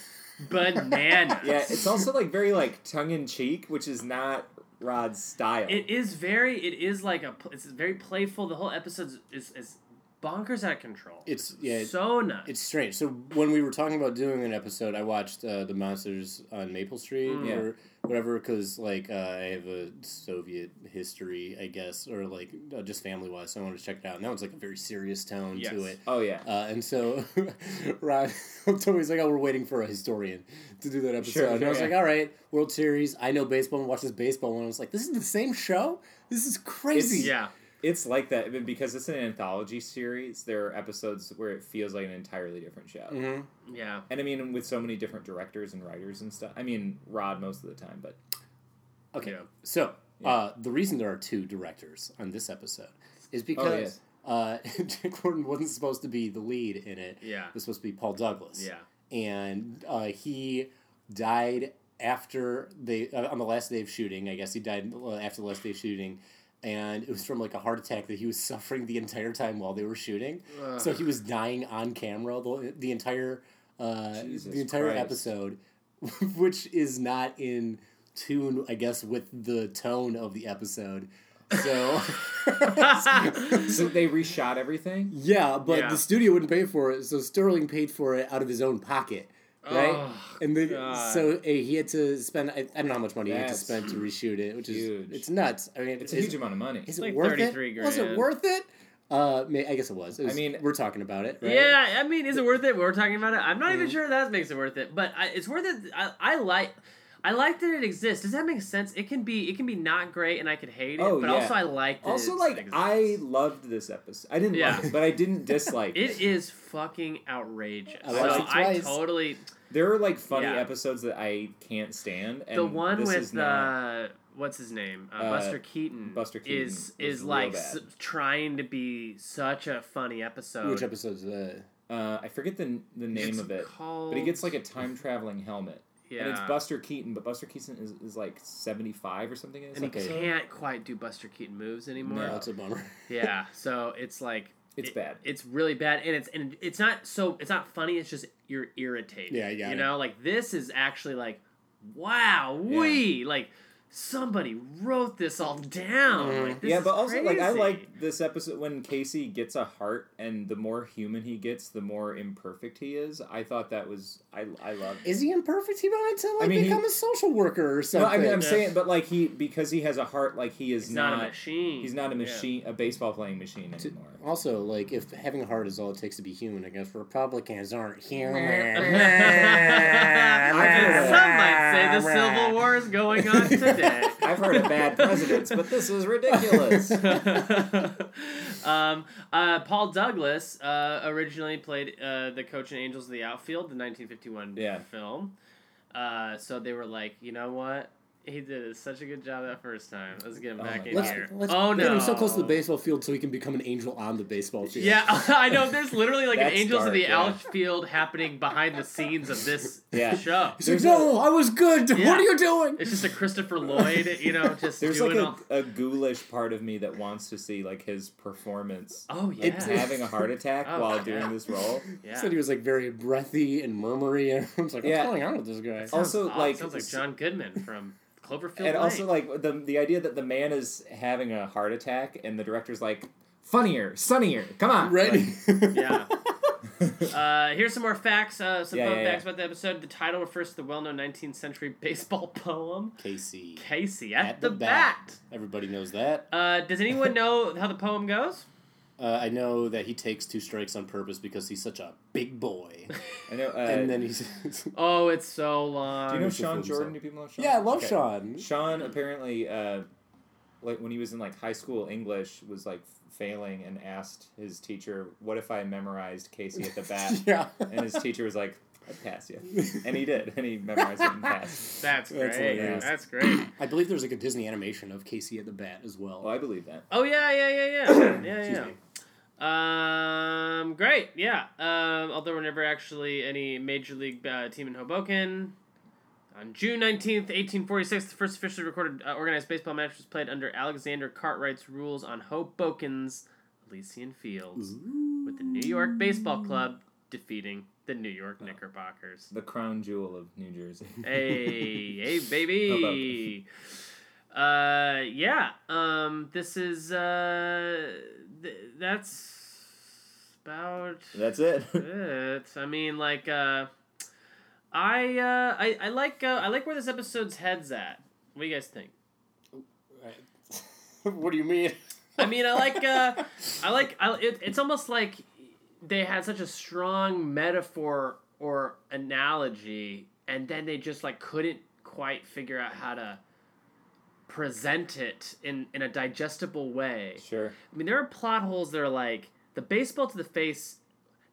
B: bananas.
C: Yeah, it's also like very like tongue in cheek, which is not Rod's style.
B: It is very. It is like a. pl- It's very playful. The whole episode is is bonkers out of control.
D: It's yeah. it-
B: so nuts.
D: It's strange. So when we were talking about doing an episode, I watched uh, the monsters on Maple Street
B: Mm.
C: Yeah.
D: or whatever because like uh, I have a Soviet history, I guess, or like uh, just family wise. So I wanted to check it out, and that was like a very serious tone
B: Yes.
D: to it.
C: oh yeah.
D: Uh, and so Ron Tony's like, "Oh, we're waiting for a historian to do that episode."
C: Sure,
D: and I was
C: yeah.
D: like, "All right, World Series. I know baseball and watch this baseball one." I was like, "This is the same show. This is crazy."
B: yeah.
C: It's like that I mean, because it's an anthology series. There are episodes where it feels like an entirely different show.
B: Mm.
D: Mhm.
B: Yeah.
C: And I mean, with so many different directors and writers and stuff. I mean, Rod most of the time, but
D: Okay.
B: Yeah. Oh,
D: So uh, the reason there are two directors on this episode is because uh, Dick Gordon wasn't supposed to be the lead in it.
B: Yeah.
D: It was supposed to be Paul Douglas.
B: Yeah.
D: And uh, he died after they uh, on the last day of shooting. I guess he died uh, after the last day of shooting. And it was from like a heart attack that he was suffering the entire time while they were shooting. So he was dying on camera the, the entire uh,
C: Jesus
D: the entire
C: Christ.
D: episode, which is not in tune, I guess, with the tone of the episode. So
C: so they reshot everything.
D: yeah, but
B: Yeah.
D: the studio wouldn't pay for it, so Sterling paid for it out of his own pocket, right?
B: Oh,
D: and they,
B: God.
D: so uh, he had to spend. I, I don't know how much money
C: That's
D: he had to spend to reshoot it, which is
C: huge.
D: it's nuts. I mean,
C: It's a
D: is-
C: huge amount of money.
D: Is it
B: Like
D: worth it?
B: 33
D: Was it
B: grand.
D: worth it? Uh, may, I guess it was. It was-
C: mean-
D: we're talking about it, right?
B: Yeah, I mean, is it worth it? We're talking about it. I'm not even sure that makes it worth it, but I, it's worth it. I, I like, I like that it exists. Does that make sense? It can be, it can be not great, and I could hate it,
C: Oh,
B: but
C: yeah.
B: also I like. That
C: Also,
B: it's-
C: like
B: exists.
C: I loved this episode. I didn't
B: Yeah.
C: love it, but I didn't dislike it.
B: It is fucking outrageous.
D: I
B: so
D: watched it
B: I
D: twice.
B: totally.
C: There are like funny
B: Yeah.
C: episodes that I can't stand. And
B: the one
C: this
B: with
C: is not,
B: uh, what's his name, uh,
C: Uh,
B: Buster Keaton.
C: Buster Keaton
B: is
C: was
B: is
C: real
B: like
C: bad.
B: s- trying to be such a funny episode.
D: Which episode's that?
C: uh, I forget the the name
B: It's
C: of it,
B: called-
C: but he gets like a time traveling helmet. And it's
B: Yeah.
C: Buster Keaton, but Buster Keaton is, is like seventy five or something. In this
B: and he
C: episode.
B: can't quite do Buster Keaton moves anymore.
D: No, that's a bummer.
B: Yeah, so it's like
C: It's
B: it-
C: bad.
B: It's really bad, and it's and it's not so it's not funny. It's just you're irritated.
D: Yeah, I got
B: You
D: it.
B: know, like this is actually like, wow, we like somebody wrote this all down. Like, this
C: Mm-hmm. yeah,
B: is
C: but also like I
B: crazy.
C: like this episode when Casey gets a heart, and the more human he gets, the more imperfect he is. I thought that was I I love.
D: Is he imperfect? He wanted to like
C: I mean, he-
D: become a social worker or
C: No,
D: something.
C: I mean I'm
B: Yeah.
C: saying, but like he because he has a heart, like he is
B: He's not, a machine.
C: He's not a
B: Yeah.
C: machine, a baseball playing machine anymore.
D: Also, like, if having a heart is all it takes to be human, I guess Republicans aren't human.
B: and some might say the Civil War is going on today.
C: I've heard of bad presidents, but this is ridiculous.
B: um, uh, Paul Douglas uh, originally played uh, the coach in Angels of the Outfield, the 1951
C: Yeah.
B: film. Uh, so they were like, you know what? He did such a good job that first time. Let's get him
C: Oh
B: back
C: my
B: in
C: God.
D: Let's,
B: here.
D: let's
B: oh
D: get
B: no!
D: him so close to the baseball field so he can become an angel on the baseball field.
B: Yeah, I know. There's literally like an
C: That's
B: Angels of
C: dark,
B: the
C: yeah.
B: Outfield happening behind the scenes of this
C: Yeah.
B: show.
D: He's like, no, I was good.
B: Yeah.
D: What are you doing?
B: It's just a Christopher Lloyd, you know, just
C: There's
B: doing
C: like a,
B: all.
C: a ghoulish part of me that wants to see like his performance.
B: Oh yeah,
C: He's having a heart attack
B: Oh,
C: while
B: yeah.
C: doing this role.
D: He
B: yeah.
D: said he was like very breathy and murmury. And I was like, what's
C: Yeah.
D: going on with this guy?
B: Sounds
C: also,
B: odd.
C: like,
B: sounds like John Goodman from Cloverfield.
C: and
B: Lane.
C: also like the the idea that the man is having a heart attack and the director's like funnier, sunnier, come on,
D: Right?
C: Like,
B: yeah. Uh, here's some more facts. Uh, some
C: Yeah,
B: fun
C: yeah,
B: facts
C: yeah.
B: about the episode. The title refers to the well-known 19th century baseball poem
D: Casey.
B: "Casey at, the, bat."
D: Everybody knows that.
B: Uh, does anyone know how the poem goes?
D: Uh, I know that he takes two strikes on purpose because he's such a big boy.
C: I know. Uh,
D: and then he's.
B: Oh, it's so long.
C: do you know
D: Mr.
C: Sean
D: Fool's
C: Jordan?
D: out.
C: Do people know Sean?
D: yeah, I love
C: Okay.
D: Sean.
C: Sean apparently, uh, like when he was in like high school English, was like failing and asked his teacher, "What if I memorized Casey at the bat?"
D: Yeah.
C: And his teacher was like, "I'd pass you," and he did, and he memorized it and passed.
B: That's great.
D: That's
B: That's,
D: hilarious.
B: great.
D: I believe there's like a Disney animation of Casey at the bat as well.
C: Well, I believe that.
B: Oh yeah, yeah, yeah, yeah, yeah,
D: Excuse
B: yeah. Um, great. Yeah. Um, although we're never actually any major league uh, team in Hoboken. On June 19th, 1846, the first officially recorded uh, organized baseball match was played under Alexander Cartwright's rules on Hoboken's Elysian Fields, with the New York Baseball Club defeating the New York Knickerbockers.
C: The crown jewel of New Jersey.
B: hey, hey, baby. Uh, yeah. Um, this is uh, th- that's about
C: That's it.
B: it. I mean, like, uh, I uh, I I like uh, I like where this episode's head's at. What do you guys think?
D: what do you mean?
B: I mean, I like, uh, I like, I, it, it's almost like they had such a strong metaphor or analogy, and then they just like couldn't quite figure out how to present it in in a digestible way.
C: sure.
B: I mean, there are plot holes that are like the baseball to the face.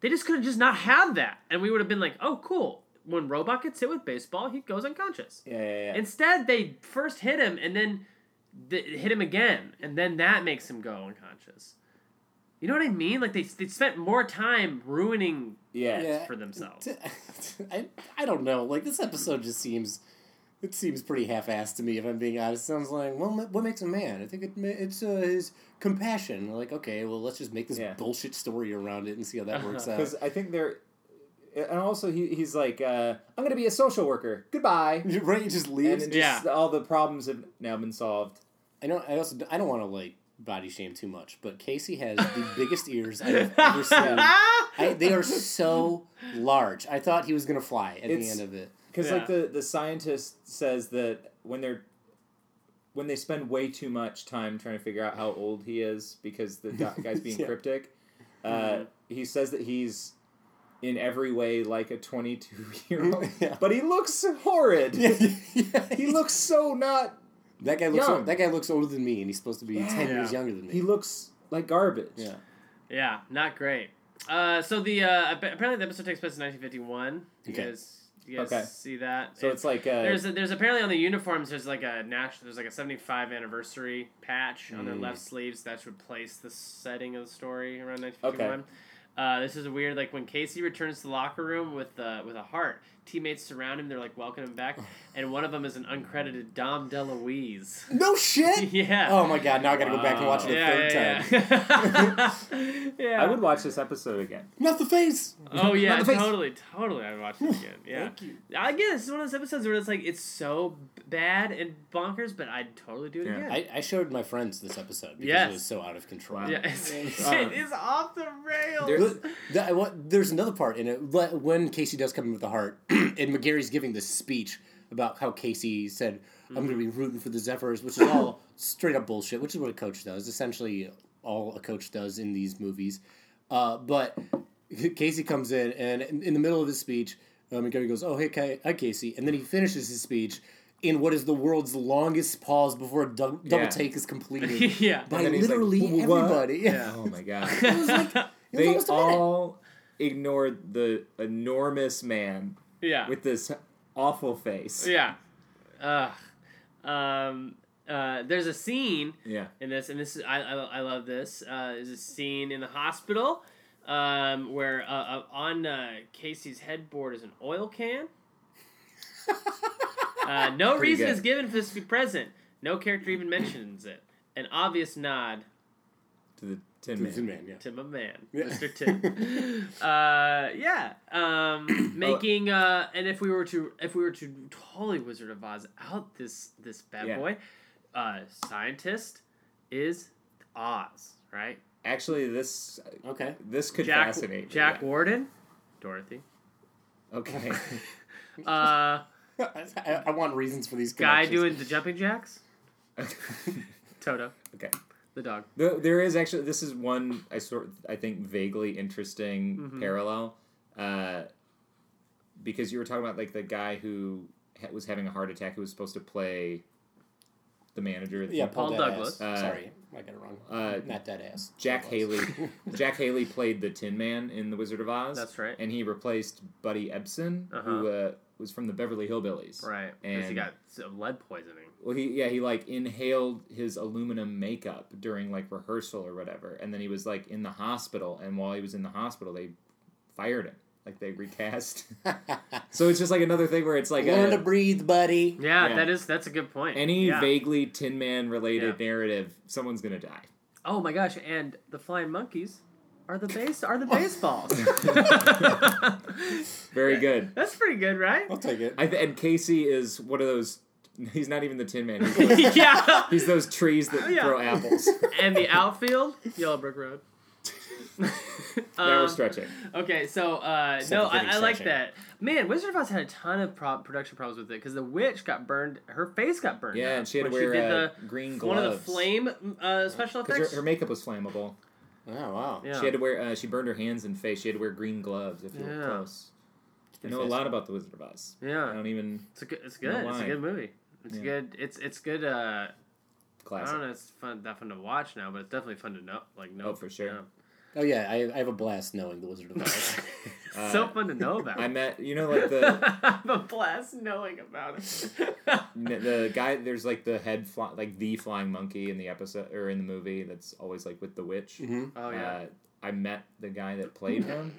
B: They just could have just not had that, and we would have been like, oh, cool. When Roebuck gets hit with baseball, he goes unconscious.
C: Yeah, yeah, yeah.
B: Instead, they first hit him and then th- hit him again, and then that makes him go unconscious. You know what I mean? Like they they spent more time ruining
C: yeah.
D: Yeah.
B: for themselves.
D: I, I don't know. Like this episode just seems it seems pretty half-assed to me. If I'm being honest, sounds like well, ma- what makes a man? I think it, ma- it's uh, his compassion. Like okay, well let's just make this
C: Yeah. Uh-huh.
D: bullshit story around it and see how that works out.
C: Because I think they're, and also he, he's like, uh, I'm gonna be a social worker. Goodbye.
D: You're Right, he just
C: And
D: leaves.
C: it just, all the problems have now been solved.
D: I don't. I also I don't want to like body shame too much, but Casey has the biggest ears I've ever seen. I, they are so large. I thought he was gonna fly at
C: It's-
D: the end of it.
C: Because like
B: Yeah.
C: the the scientist says that when they're when they spend way too much time trying to figure out how old he is because the doc- guy's being
D: Yeah.
C: cryptic, uh, he says that he's in every way like a 22 year old,
D: Yeah.
C: but he looks horrid. he
D: he
C: looks so not.
D: that guy looks
C: young.
D: that guy looks older than me, and he's supposed to be ten
C: Yeah.
D: years younger than me.
C: He looks like garbage.
D: yeah.
B: yeah, not great. Uh, so the uh, ap- apparently the episode takes place in 1951. You
D: Okay.
B: guys, you guys
C: Okay.
B: see that?
C: So it's like uh,
B: there's there's apparently on the uniforms there's like a national there's like a 75 anniversary patch on their
D: Hmm.
B: left sleeves that's replaced the setting of the story around 1951. Uh, this is weird. Like when Casey returns to the locker room with uh, with a heart, teammates surround him. They're like welcoming him back, and one of them is an uncredited Dom DeLuise.
D: No shit.
B: yeah.
D: Oh my god! Now I gotta go back and
C: Wow.
D: watch it a
B: yeah,
D: third
B: yeah,
D: time.
B: yeah. yeah.
C: I would watch this episode again.
D: Not the face.
B: Oh yeah,
D: Not the face.
B: totally, totally. I'd watch it again. Yeah.
D: Thank you.
B: I guess this is one of those episodes where it's like it's so b- bad and bonkers, but I'd totally do it
C: Yeah.
B: again.
D: I, I showed my friends this episode because
B: Yes.
D: it was so out of control.
C: Wow.
B: yeah, it's,
C: Um,
D: uh,
B: it is off the rails.
C: there-
D: Look, that- what- there's another part in it. But When Casey does come in with the heart, and McGarry's giving this speech about how Casey said, I'm going to
C: Mm-hmm.
D: be rooting for the Zephyrs, which is all straight up bullshit, which is what a coach does. Essentially, all a coach does in these movies. Uh, but Casey comes in, and in in the middle of his speech, uh, McGarry goes, Oh, hey, Ca- hi, Casey. And then he finishes his speech. In what is the world's longest pause before a dou- double
C: Yeah.
D: take is completed
B: yeah,
D: by
C: then he's like,
D: literally
C: "What?"
D: everybody.
C: Oh my god.
D: it was like, it was
C: they
D: almost a minute.
C: all ignored the enormous man
B: yeah,
C: with this awful face.
B: yeah. Ugh. Uh, Um, uh, there's a scene
C: Yeah.
B: in this, and this is I, I, I love this. Uh, is a scene in the hospital um, where uh, uh, on uh, Casey's headboard is an oil can. uh, no
C: Pretty
B: reason
C: good.
B: is given for this to be present. No character even mentions it. An obvious nod
C: To the Tin Man.
D: Tin Man, yeah.
B: to my man,
D: Yeah.
B: Mr. Tim. uh, yeah, um, making uh, and if we were to if we were to totally Wizard of Oz out this this bad
C: Yeah.
B: boy, uh, scientist is Oz, right?
C: Actually, this
D: Okay.
C: this could
B: Jack
C: fascinate me.
B: Jack
C: Yeah.
B: Warden, Dorothy,
C: Okay.
B: uh,
D: I, I want reasons for these
B: guy
D: connections.
B: doing the jumping jacks, Toto,
C: okay.
B: the dog.
C: There, there is actually this is one I sort I think vaguely interesting parallel, uh, because you were talking about like the guy who ha- was having a heart attack who was supposed to play the manager.
D: Yeah, Paul,
B: Paul
D: Douglas.
B: Douglas.
C: Uh,
D: Sorry, I got it wrong.
C: uh,
D: Not that ass.
C: Jack
D: Douglas.
C: Haley. Jack Haley played the Tin Man in The Wizard of Oz.
B: That's right. Uh-huh.
C: And he replaced Buddy Ebsen, who uh, was from the Beverly Hillbillies.
B: Right, because he
C: And
B: got some lead poisoning.
C: well, he yeah he like inhaled his aluminum makeup during like rehearsal or whatever, and then he was like in the hospital, and while he was in the hospital, they fired him. Like they recast. so it's just like another thing where it's like
D: Learn
C: a-
D: to breathe, buddy.
B: Yeah,
C: Yeah.
B: that is that's a good point.
C: any
B: yeah.
C: vaguely Tin Man related
B: Yeah.
C: narrative, someone's gonna die.
B: Oh my gosh! And the flying monkeys are the base are the
C: Oh.
B: baseballs.
C: Very good.
B: That's pretty good, right?
D: I'll take it.
C: I th- and Casey is one of those. He's not even the Tin Man. He's, those-
B: yeah.
C: he's those trees that
B: Yeah.
C: throw apples.
B: And the outfield, Yellow Brick Road.
C: now we're
B: Um,
C: stretching.
B: Okay, so uh, no, I,
D: getting
B: I like
D: stretching.
B: that. Man, Wizard of Oz had a ton of pro- production problems with it because the witch got burned. Her face got burned.
C: Yeah,
B: up
C: and she had to
B: when
C: wear
B: did
C: uh,
B: the-
C: green gloves.
B: one of the flame uh, special
C: because
B: effects.
C: her, her makeup was flammable.
D: Oh wow.
B: yeah.
C: She had to wear. Uh, she burned her hands and face. She had to wear green gloves if you
B: Yeah.
C: were close. I know a lot about the Wizard of Oz. I
B: yeah,
C: don't even
B: it's a good. It's
C: No
B: good. It's a
C: line.
B: good movie. It's
C: Yeah.
B: good. It's it's good. Uh, I
C: classic.
B: don't know. It's fun, that fun to watch now, but it's definitely fun to know. Like know
C: Oh, for sure.
B: yeah.
D: Oh yeah, I, I have a blast knowing the Wizard of Oz.
C: Uh,
B: so fun to know about.
C: I met you know like the
B: I'm a blast knowing about it.
C: the guy. There's like the head fly, like the flying monkey in the episode or in the movie that's always like with the witch.
D: Mm-hmm.
B: oh yeah.
C: Uh, I met the guy that played him.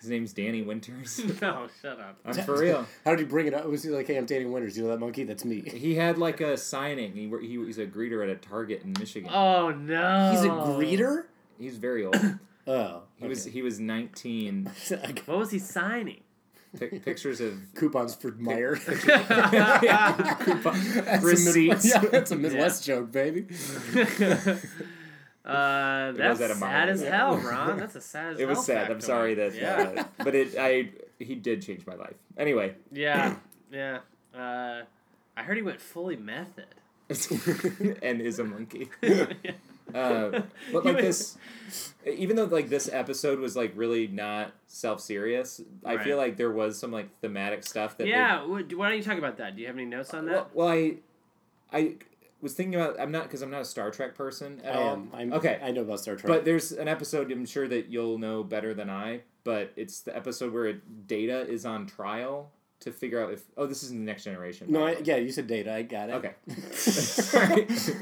C: His name's Danny Winters.
B: no, shut up.
C: I'm for real.
D: How did he bring it up? Was he like, "Hey, I'm dating Winters. You know that monkey? That's me."
C: He had like a signing. He, wor- he was a greeter at a Target in Michigan.
B: Oh no.
D: He's a greeter.
C: He's very old. He
D: Oh,
C: was
D: okay.
C: he was 19
D: I got
B: What was he signing? Uh,
C: Pic- pictures of
D: coupons for Meyer.
C: yeah, receipts.
D: yeah, that's a Midwest joke, baby.
B: Uh, that's
C: at a
B: sad
C: mile.
B: as hell, Ron. That's a sad as
C: It was
B: hell
C: sad. I'm
B: factoid.
C: sorry that,
B: Yeah.
C: uh, but it I he did change my life. Anyway,
B: yeah. Yeah. Uh, I heard he went fully method.
C: and is a monkey.
B: yeah.
C: Uh, but
B: You
C: like
B: went-
C: this, even though like this episode was like really not self serious, I feel
B: Right.
C: like there was some like thematic stuff that they-
B: yeah. wh- Why don't you talk about that? Do you have any notes on that?
C: Well, well, I I was thinking about I'm not because I'm not a Star Trek person at
D: I
C: all.
D: am. I'm,
C: Oh. okay,
D: I know about Star Trek.
C: But there's an episode I'm sure that you'll know better than I, but it's the episode where Data is on trial to figure out if oh this is in the next generation.
D: no,
C: by
D: I,
C: the way.
D: yeah, you said data. I got it.
C: Okay. Sorry.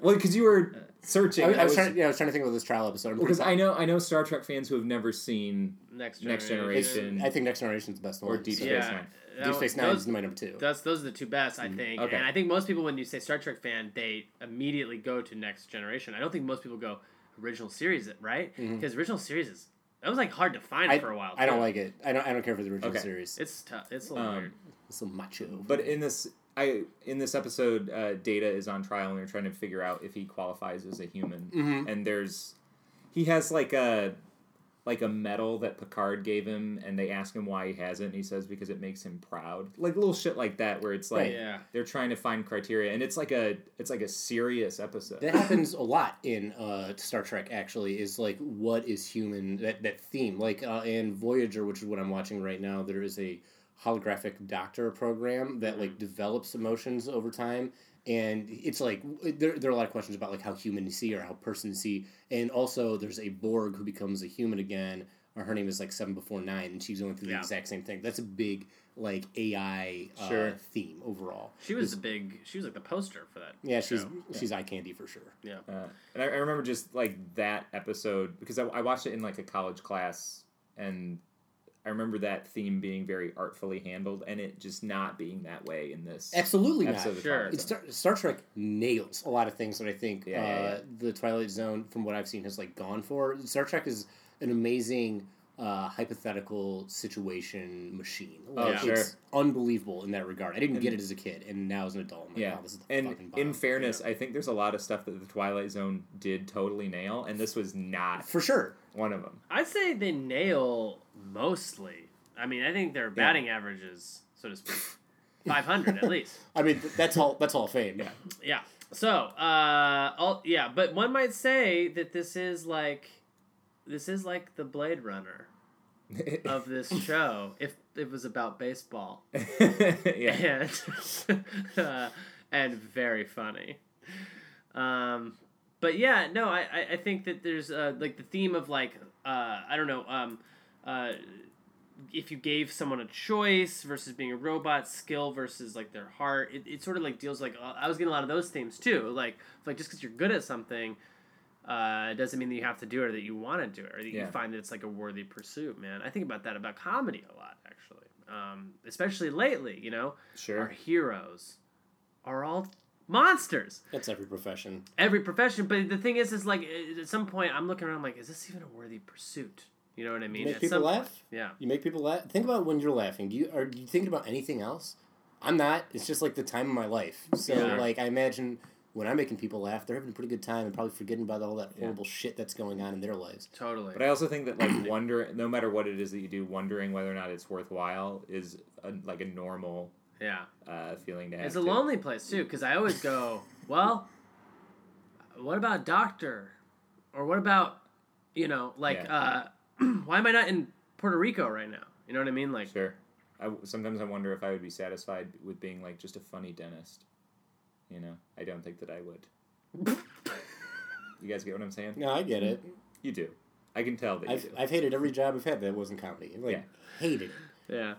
C: well, because you were
D: I,
C: searching.
D: Uh, I was, trying. Yeah, I was trying to think about this trial episode. I'm
C: because
D: pretty-
C: I know I know Star Trek fans who have never seen
B: Next generation.
C: Next Generation
D: I think Next Generation's the best
C: or
D: one.
C: Deep
D: so-
C: Space
B: Yeah.
C: Nine.
B: that
D: Deep
B: one-
D: Space Nine
B: those-
D: is Mm, my number two.
B: That's those are the two best, I think.
C: okay.
B: And I think most people, when you say Star Trek fan, they immediately go to Next Generation. I don't think most people go original series, right? Because original series is that was like hard to find
D: Mm-hmm. I,
B: for a while.
D: I don't
B: too.
D: like it. I don't. I don't care for the original
C: Okay.
D: series. It's
B: It's tough. It's a little
C: Um,
B: weird.
D: so macho.
C: But in this, I in this episode, uh, Data is on trial, and they're trying to figure out if he qualifies as a human.
D: mm-hmm.
C: And there's, he has like a, like a medal that Picard gave him, and they ask him why he hasn't, and he says because it makes him proud. Like little shit like that, where it's like
D: Right.
B: Yeah.
C: they're trying to find criteria, and it's like a it's like a serious episode.
D: That happens a lot in uh, Star Trek. Actually, is like what is human? That that theme, like uh, in Voyager, which is what I'm watching right now. There is a holographic doctor program that like develops emotions over time, and it's like there, there are a lot of questions about like how human you see or how person you see, and also there's a Borg who becomes a human again. or her name is like Seven Before Nine, and she's going through the
B: Yeah.
D: exact same thing. That's a big like AI uh,
C: Sure.
D: theme overall.
B: She was the big. She was like the poster for that.
D: Yeah, she's
B: show.
D: she's eye candy for sure.
B: yeah.
C: Uh, and I, I remember just like that episode because I, I watched it in like a college class, and I remember that theme being very artfully handled, and it just not being that way in this
D: Absolutely not.
C: episode. of
B: Sure.
C: Twilight
D: It's
C: Zone.
D: Star, Star Trek nails a lot of things that I think
C: Yeah,
D: uh,
C: yeah, yeah.
D: the Twilight Zone, from what I've seen, has like gone for. Star Trek is an amazing uh, hypothetical situation machine. Like,
B: sure.
D: It's unbelievable in that regard. I didn't
C: Oh, And-
D: get it as a kid, and now as an adult, I'm like,
C: yeah,
D: wow, this is the fucking
C: and
D: bomb.
C: in fairness, I think there's a lot of stuff that the Twilight Zone did totally nail, and this was not
D: for sure.
C: one of them.
B: I'd say they nail mostly. I mean, I think their batting averages, so to speak, five hundred at least.
D: I mean, th- that's all. That's all fame. Yeah.
B: Yeah. So, uh, all, yeah, but one might say that this is like, this is like the Blade Runner of this show. If it was about baseball
C: yeah,
B: and uh, and very funny. Um, but yeah, no, I, I- I think that there's uh, like the theme of like uh, I don't know um, uh, if you gave someone a choice versus being a robot, skill versus like their heart. It, it sort of like deals like uh, I was getting a lot of those themes too. Like like just because you're good at something. Uh, doesn't mean that you have to do it or that you want to do it or that you
C: Yeah.
B: find that it's like a worthy pursuit, man. I think about that about comedy a lot, actually. Um, especially lately, you know, our
C: sure.
B: heroes are all monsters.
D: That's every profession.
B: Every profession, but the thing is, is like at some point I'm looking around, I'm like, is this even a worthy pursuit? You know what I mean?
D: Make
B: At
D: people
B: some point-
D: laugh?
B: Yeah.
D: You make people laugh. Think about when you're laughing. Do you are you thinking about anything else? I'm not. It's just like the time of my life. So
B: Yeah.
D: like I imagine when I'm making people laugh, they're having a pretty good time and probably forgetting about all that horrible shit that's going on in their lives.
B: Totally.
C: But I also think that like wonder, no matter what it is that you do, wondering whether or not it's worthwhile is a, like a normal
B: yeah.
C: uh, feeling to have.
B: It's a
C: too.
B: lonely place too, because I always go, well, what about doctor, or what about, you know, like, uh, why am I not in Puerto Rico right now? You know what I mean? Like,
C: Sure. I, sometimes I wonder if I would be satisfied with being like just a funny dentist. You know, I don't think that I would. you guys get what I'm saying?
D: No, I get it.
C: You do. I can tell that you
D: I've,
C: do.
D: I've hated every job I've had that wasn't comedy. Like
C: Yeah.
D: hated it.
B: yeah,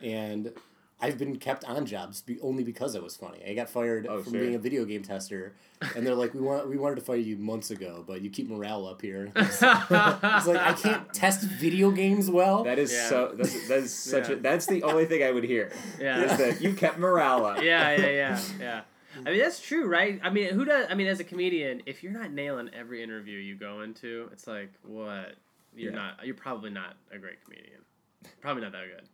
D: And I've been kept on jobs be, only because I was funny. I got fired
C: Oh,
D: from
C: sure.
D: being a video game tester, and they're like, "We want we wanted to fire you months ago, but you keep morale up here." it's like I can't test video games well.
C: That is
B: Yeah.
C: so. That's, that's such.
B: Yeah.
C: A, that's the only thing I would hear.
B: Yeah.
C: Is that you kept morale up?
B: yeah, yeah, yeah, yeah. I mean, that's true, right? I mean, who does? I mean, as a comedian, if you're not nailing every interview you go into, it's like, what? You're
C: Yeah.
B: not. You're probably not a great comedian. Probably not that good.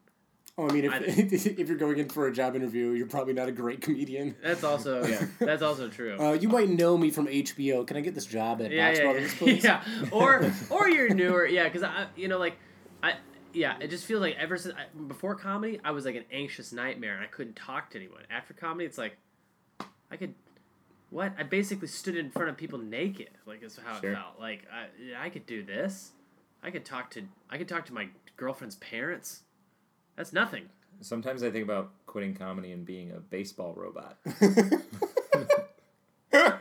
D: Oh, I mean, if,
B: I-
D: if you're going in for a job interview, you're probably not a great comedian.
B: That's also
C: Yeah.
B: that's also true.
D: Uh, you might know me from HBO. Can I get this job at
B: yeah,
D: Knox
B: yeah,
D: Brothers,
B: yeah.
D: please?
B: yeah. Or or you're newer, yeah. Because I, you know, like I, yeah. It just feels like ever since I, before comedy, I was like an anxious nightmare, and I couldn't talk to anyone. After comedy, it's like I could. What I basically stood in front of people naked, like is how
C: Sure.
B: it felt. Like I, I could do this. I could talk to I could talk to my girlfriend's parents. That's nothing.
C: Sometimes I think about quitting comedy and being a baseball robot.
D: I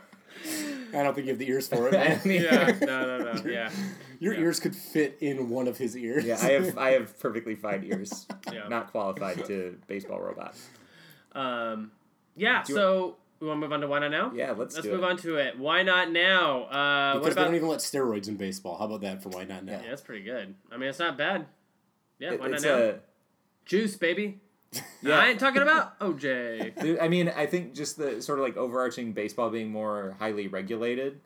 D: don't think you have the ears for it,
C: I
D: man.
C: mean,
B: no, no, no. Yeah,
D: Your ears could fit in one of his ears.
C: yeah, I have I have perfectly fine ears.
B: Yeah.
C: Not qualified to baseball robot.
B: um, yeah.
C: you-
B: so we want to move on to why not now.
C: Yeah, let's,
B: Let's
C: do
B: move
C: it.
B: on to it. Why not now? Uh,
D: because
B: what
D: they
B: about?
D: don't even let steroids in baseball. How about that for why not now?
B: Yeah, that's pretty good. I mean, it's not bad. Yeah,
C: It-
B: why not
C: it's
B: now?
C: a-
B: Juice, baby.
C: Yeah.
B: I ain't talking about OJ.
C: Dude, I mean, I think just the sort of like overarching baseball being more highly regulated.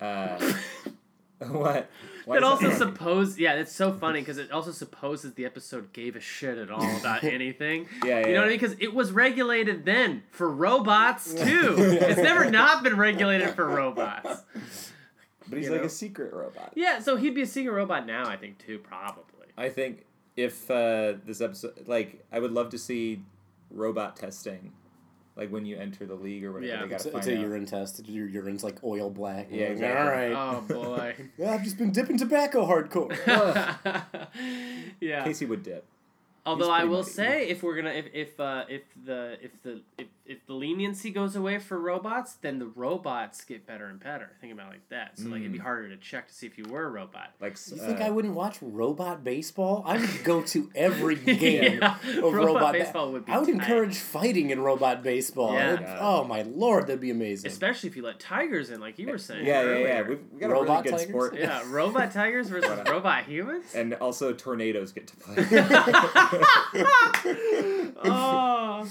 C: Uh, what? Why
B: It
C: does
B: also
C: that-
B: suppose yeah, it's so funny because it also supposes the episode gave a shit at all about anything.
C: Yeah, yeah,
B: you know what I
C: yeah.
B: mean? Because it was regulated then for robots too. it's never not been regulated for robots.
C: but he's
B: you
C: like
B: know?
C: a secret robot.
B: Yeah, so he'd be seeing a robot now, I think too, probably.
C: I think if uh, this episode, like, I would love to see robot testing, like when you enter the league or whatever.
B: Yeah.
C: they gotta
D: It's, a-
C: find
D: it's a
C: out.
D: urine test. Your urine's like oil black.
C: Yeah,
D: Like,
C: exactly.
D: All right.
B: Oh boy.
D: Yeah, I've just been dipping tobacco hardcore.
C: Ugh.
B: yeah.
C: Casey would dip.
B: Although
C: He's
B: I
C: pretty
B: will
C: muddy,
B: say, if we're gonna, if if uh, if the if the if, if the leniency goes away for robots, then the robots get better and better. Think about it like that. So like it'd be
C: Mm.
B: harder to check to see if you were a robot.
C: Like,
D: You think
C: uh,
D: I wouldn't watch robot baseball? I would go to every game
B: Yeah,
D: of
B: robot
D: robot, ba-
B: baseball would be
D: I would
B: tight.
D: encourage fighting in robot baseball.
B: Yeah.
D: That'd- Oh my lord, that'd be amazing.
B: Especially if you let tigers in, like you were saying.
C: yeah, yeah,
B: earlier.
C: yeah. We've, we got
D: Robot
C: a really good
D: tigers?
C: sport.
B: Yeah, robot tigers versus
C: Robot-
B: robot humans.
C: And also tornadoes get to play.
B: Oh,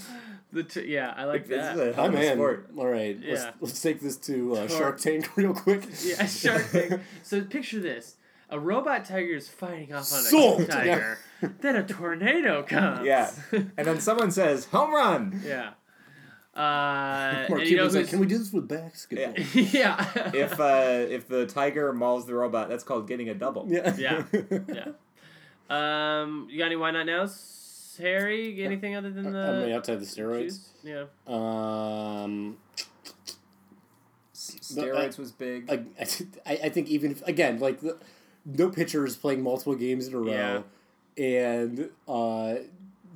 B: the t- yeah, I like
C: this
B: that.
C: is a hell
D: I'm
C: of a
D: in.
C: sport.
D: All right, let's,
B: Yeah.
D: let's take this to uh,
B: Sure.
D: Shark Tank real quick.
B: Yeah, Shark Tank. So picture this: a robot tiger is fighting off on a
D: Sold!
B: tiger. Then a tornado comes.
C: Yeah. And then someone says, home run!
B: yeah. Uh,
D: Mark
B: and you know
D: Cuban's like,
B: who's-
D: can we do this with basketball?
C: Yeah.
B: yeah.
C: If uh, if the tiger mauls the robot, that's called getting a double.
D: Yeah.
B: yeah. Yeah. Um, you got any why not nows, Harry? Anything other than the
D: Uh, I mean, outside the steroids.
B: juice? Yeah.
D: Um,
C: S-
D: But, uh,
C: Steroids was big.
D: I, I I think even if, again like the, no pitcher is playing multiple games in a row, and uh,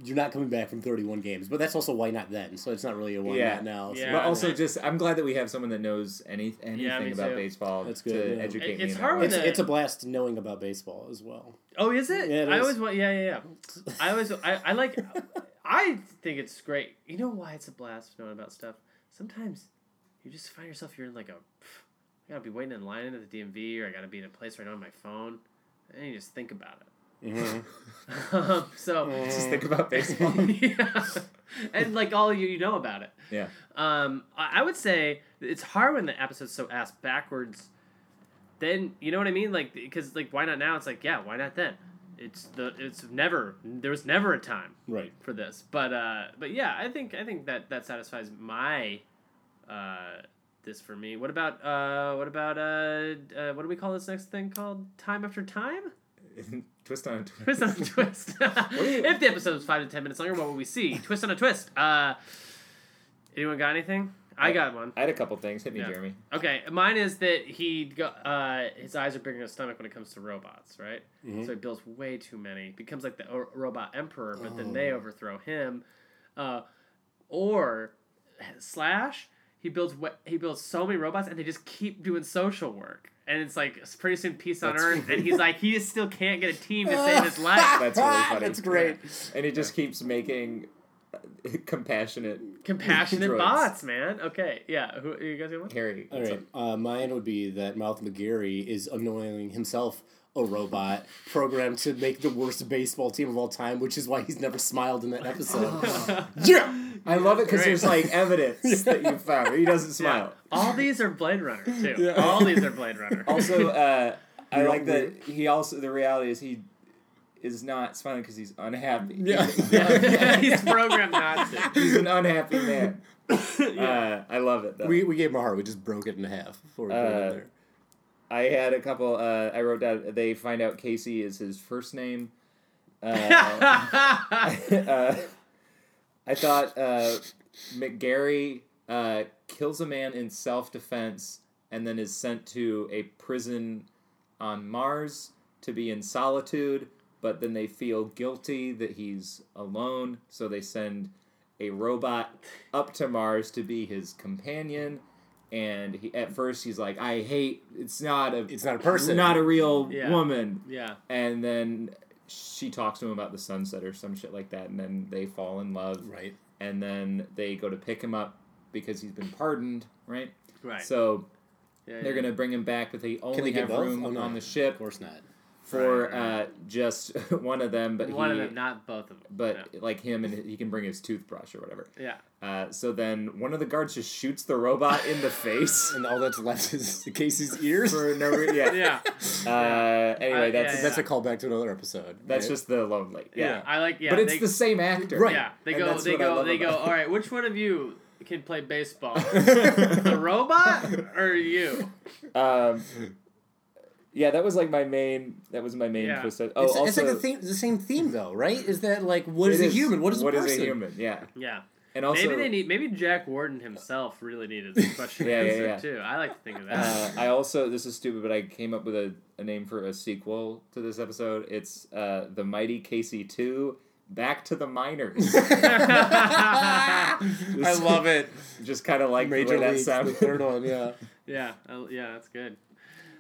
D: you're not coming back from 31 games. But that's also why not then. So it's not really a why
C: Yeah.
D: not now. so-
B: Yeah.
C: but also, just I'm glad that we have someone that knows any, anything
B: me
C: about
B: too.
C: baseball
D: That's
C: to
D: good, yeah.
C: educate
B: It-
C: me.
B: it's
C: in
B: hard
C: that
B: when
C: way.
D: It's, it's a blast knowing about baseball as well.
B: Oh, is it?
D: Yeah, it
B: I
D: is.
B: always want. Yeah, yeah, yeah. I always. I, I like. I think it's great. You know why it's a blast knowing about stuff. Sometimes you just find yourself you're in like a. I gotta be waiting in line at the DMV, or I gotta be in a place right on my phone, and you just think about it.
D: Mm-hmm.
B: Um, so.
C: Just think about baseball.
B: yeah. And like all you, you know about it.
C: yeah.
B: Um, I, I would say it's hard when the episode's so ass backwards. Then you know what I mean, like because like why not now? It's like yeah, why not then? It's the it's never there was never a time
D: Right.
B: for this, but uh, but yeah, I think I think that that satisfies my uh this for me. What about uh what about uh, uh what do we call this next thing called time after time?
C: twist on a twist.
B: Twist on a twist. if the episode was five to ten minutes longer, what would we see? Twist on a twist. Uh, anyone got anything? I got one.
C: I had a couple things. Hit me,
B: Yeah.
C: Jeremy.
B: Okay, mine is that he go, uh, his eyes are bigger than his stomach when it comes to robots, right? So he builds way too many, becomes like the o- robot emperor, but then they overthrow him. Uh, or slash, he builds wa- he builds so many robots, and they just keep doing social work, and it's like s- pretty soon peace on earth, and he's like he just still can't get a team to save his life.
C: That's really funny.
D: That's great.
C: And he just keeps making uh, compassionate
B: Compassionate
C: Droids.
B: bots, man. Okay, yeah. Who you guys got one?
C: Harry.
D: All right. Uh, mine would be that Mouth McGarry is annoying himself a robot programmed to make the worst baseball team of all time, which is why he's never smiled in that episode. yeah.
C: I love it because
B: Great.
C: there's like evidence that you found. He doesn't smile.
B: All these are Blade Runner too. All these are Blade Runner.
C: Also, uh, I
D: Real
C: like that he also the reality is he is not smiling because he's unhappy.
D: Yeah.
B: Yeah, he's programmed not to.
C: he's an unhappy man. uh, I love it though.
D: We, we gave him a heart. We just broke it in half before we put it
C: Uh,
D: in there.
C: I had a couple. Uh, I wrote down. They find out Casey is his first name. Uh, uh, I thought uh, McGarry uh, kills a man in self defense and then is sent to a prison on Mars to be in solitude, but then they feel guilty that he's alone, so they send a robot up to Mars to be his companion. And he, at first, he's like, "I hate. It's not a.
D: It's not a person.
C: Not a real
B: Yeah.
C: woman
B: yeah.
C: and then she talks to him about the sunset or some shit like that and then they fall in love
D: Right.
C: and then they go to pick him up because he's been pardoned right
B: Right.
C: so
B: yeah,
C: they're gonna bring him back but they only
D: they get
C: have
D: both?
C: room
D: Oh, no.
C: on the
D: Of
C: ship
D: course not.
C: for
B: Right, right.
C: Uh, just one of them but
B: one
C: he,
B: of them, not both of them.
C: but like him and he can bring his toothbrush or whatever
B: yeah.
C: uh, so then one of the guards just shoots the robot in the face
D: And all that's left is Casey's ears.
C: for no reason yeah,
B: Yeah. Yeah.
C: Uh, anyway
B: Uh, yeah,
C: that's
D: That's
C: that's,
B: yeah.
D: a callback to another episode.
C: that's
D: right?
C: just the lonely yeah,
B: I like yeah.
C: but it's
B: they,
C: the same actor
D: Right.
B: Yeah. They
C: And
B: go
C: that's
B: they
C: what I
B: go
C: love
B: they go,
C: about it.
B: all right, which one of you can play baseball? the robot or you?
C: Um, yeah, that was like my main. That was my main
B: Yeah.
C: twist. Oh,
D: It's,
C: also,
D: it's like a theme, the same theme though, right? Is that like what
C: it
D: is, a human? What is a person?
C: human? Yeah,
B: Yeah.
C: and also,
B: maybe they need maybe Jack Warden himself really needed this question
C: Yeah, yeah,
B: answered
C: yeah.
B: too. I like to think of that.
C: uh, I also this is stupid, but I came up with a, a name for a sequel to this episode. It's uh, the Mighty Casey Two. back to the minors.
D: I love it.
C: Just kind of like the
D: Major
C: way that
D: Leagues, the
C: sounded.
D: third one, yeah.
B: Yeah, I- yeah, that's good.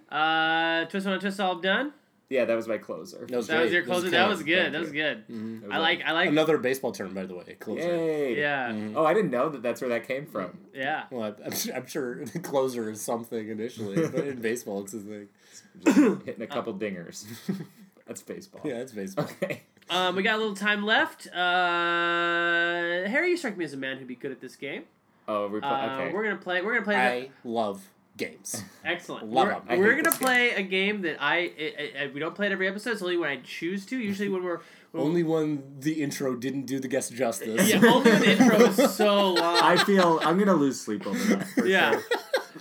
B: Uh, twist one, twist all done.
C: Yeah, that was my closer.
D: That was,
B: That was
D: great.
B: your closer. That was
C: Thank
B: good. That was
C: you.
B: good.
C: That was
B: I like. I like.
D: Another baseball term, by the way. Closer.
C: Yay.
B: Yeah,
D: Mm-hmm.
C: Oh, I didn't know that that's where that came from.
B: yeah.
D: Well, I'm- I'm, sure- I'm sure closer is something initially, but in baseball, it's a thing.
C: Just hitting a
B: Oh.
C: couple dingers. That's baseball.
D: Yeah, it's baseball.
C: Okay.
B: Um, we got a little time left. Uh, Harry, you strike me as a man who'd be good at this game.
C: Oh, we put,
B: Uh,
C: okay.
B: We're gonna play. We're gonna play.
D: I love games.
B: the, excellent.
D: love
B: we're
D: 'em. I
B: we're
D: hate
B: gonna
D: this game.
B: play a game that I, I, I- we don't play it every episode. It's only when I choose to. Usually when we're when
D: Only when the intro didn't do the guest justice.
B: yeah. Only when the intro is so long.
C: I feel I'm gonna lose sleep over that. for
B: yeah,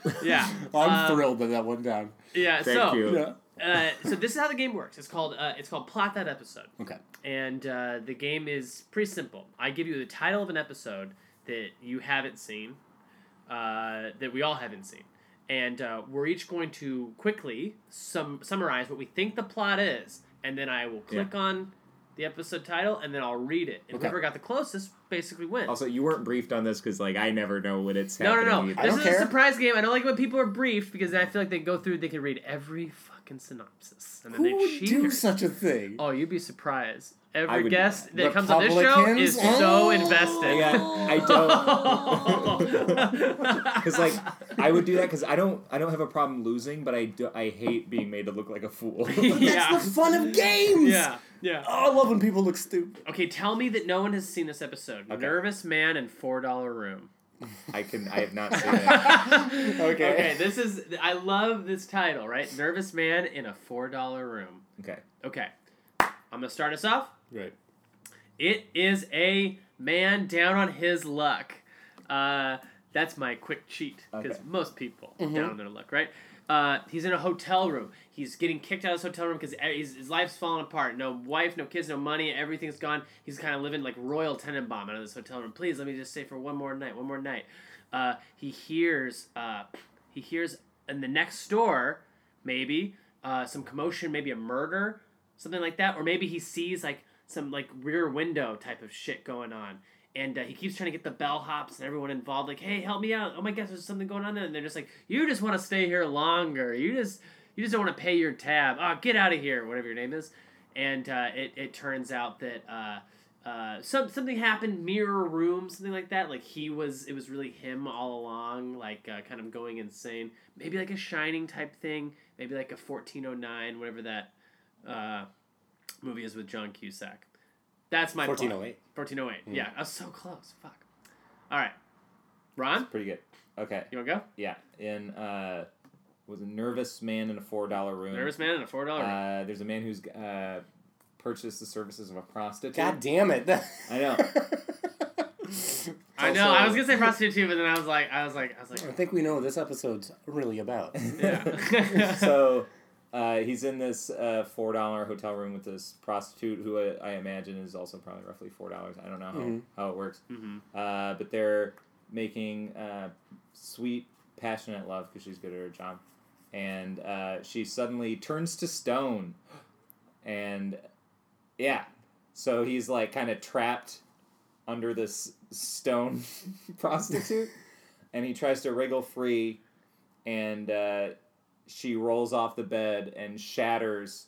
C: sure.
B: yeah.
D: I'm
B: Uh,
D: thrilled that that went down.
B: Yeah.
C: Thank
B: so,
C: you.
D: Yeah.
B: Uh, so this is how the game works. It's called uh, it's called plot that episode.
D: Okay.
B: and uh, the game is pretty simple. I give you the title of an episode that you haven't seen, uh, that we all haven't seen, and uh, we're each going to quickly sum- summarize what we think the plot is, and then I will click on the episode title, and then I'll read it. And
D: Okay.
B: whoever got the closest basically wins.
C: Also, you weren't briefed on this because like I never know when it's
B: no, no,
C: happening.
B: no!
C: either.
D: I
B: This
D: don't
B: is a
D: care.
B: surprise game. I don't like when people are briefed because I feel like they go through, they can read every fucking synopsis, and then
D: Who
B: they
D: would
B: cheat.
D: do such a thing?
B: Oh, you'd be surprised.
C: I
B: Every
C: would
B: guest that comes on this show
D: Republicans?
B: is so
D: Oh.
B: invested.
C: Yeah, I don't. Because like I would do that because I don't I don't have a problem losing, but I do, I hate being made to look like a fool.
B: yeah.
D: That's the fun of games!
B: Yeah. Yeah.
D: Oh, I love when people look stupid.
B: Okay, tell me that no one has seen this episode.
C: Okay.
B: Nervous Man and Four Dollar Room.
C: I can I have not seen it.
D: Okay.
B: Okay, this is I love this title, right? Nervous Man in a Four Dollar Room.
C: Okay.
B: Okay. I'm gonna start us off.
D: Right.
B: It is a man down on his luck. Uh, that's my quick cheat because
C: Okay.
B: most people down on their luck, right? Uh, he's in a hotel room. He's getting kicked out of his hotel room because his, his life's falling apart. No wife, no kids, no money. Everything's gone. He's kind of living like Royal Tenenbaum out of this hotel room. Please let me just stay for one more night. One more night. Uh, he hears. Uh, he hears in the next door, maybe uh, some commotion, maybe a murder, something like that, or maybe he sees like some like rear window type of shit going on, and uh, he keeps trying to get the bellhops and everyone involved, like, hey, help me out! Oh my gosh, there's something going on there, and they're just like, you just want to stay here longer, you just you just don't want to pay your tab, ah, get out of here, whatever your name is, and uh, it it turns out that. Uh, uh, some something happened, mirror room, something like that. Like he was, it was really him all along. Like uh, kind of going insane. Maybe like a shining type thing. Maybe like a fourteen oh nine, whatever that uh, movie is with John Cusack. That's my plot.
D: 1408.
B: 1408.
C: Hmm.
B: Yeah, I was so close. Fuck. All right, Ron,
C: Pretty good. Okay.
B: you wanna go?
C: Yeah. In uh, was a nervous man in a four dollar room.
B: Nervous man in a four dollar.
C: Uh, there's a man who's uh, purchased the services of a prostitute.
D: God damn it.
C: I know.
B: I know.
C: also-
B: I was gonna say prostitute, too, but then I was like, I was like, I was like,
D: I think we know what this episode's really about.
B: yeah.
C: so uh, he's in this uh, four dollar hotel room with this prostitute who I, I imagine is also probably roughly four dollars. I don't know how,
D: Mhm.
C: how it works,
B: Mhm.
C: uh, but they're making uh, sweet, passionate love because she's good at her job, and uh, she suddenly turns to stone, and yeah, so he's like kind of trapped under this stone prostitute, and he tries to wriggle free, and uh, she rolls off the bed and shatters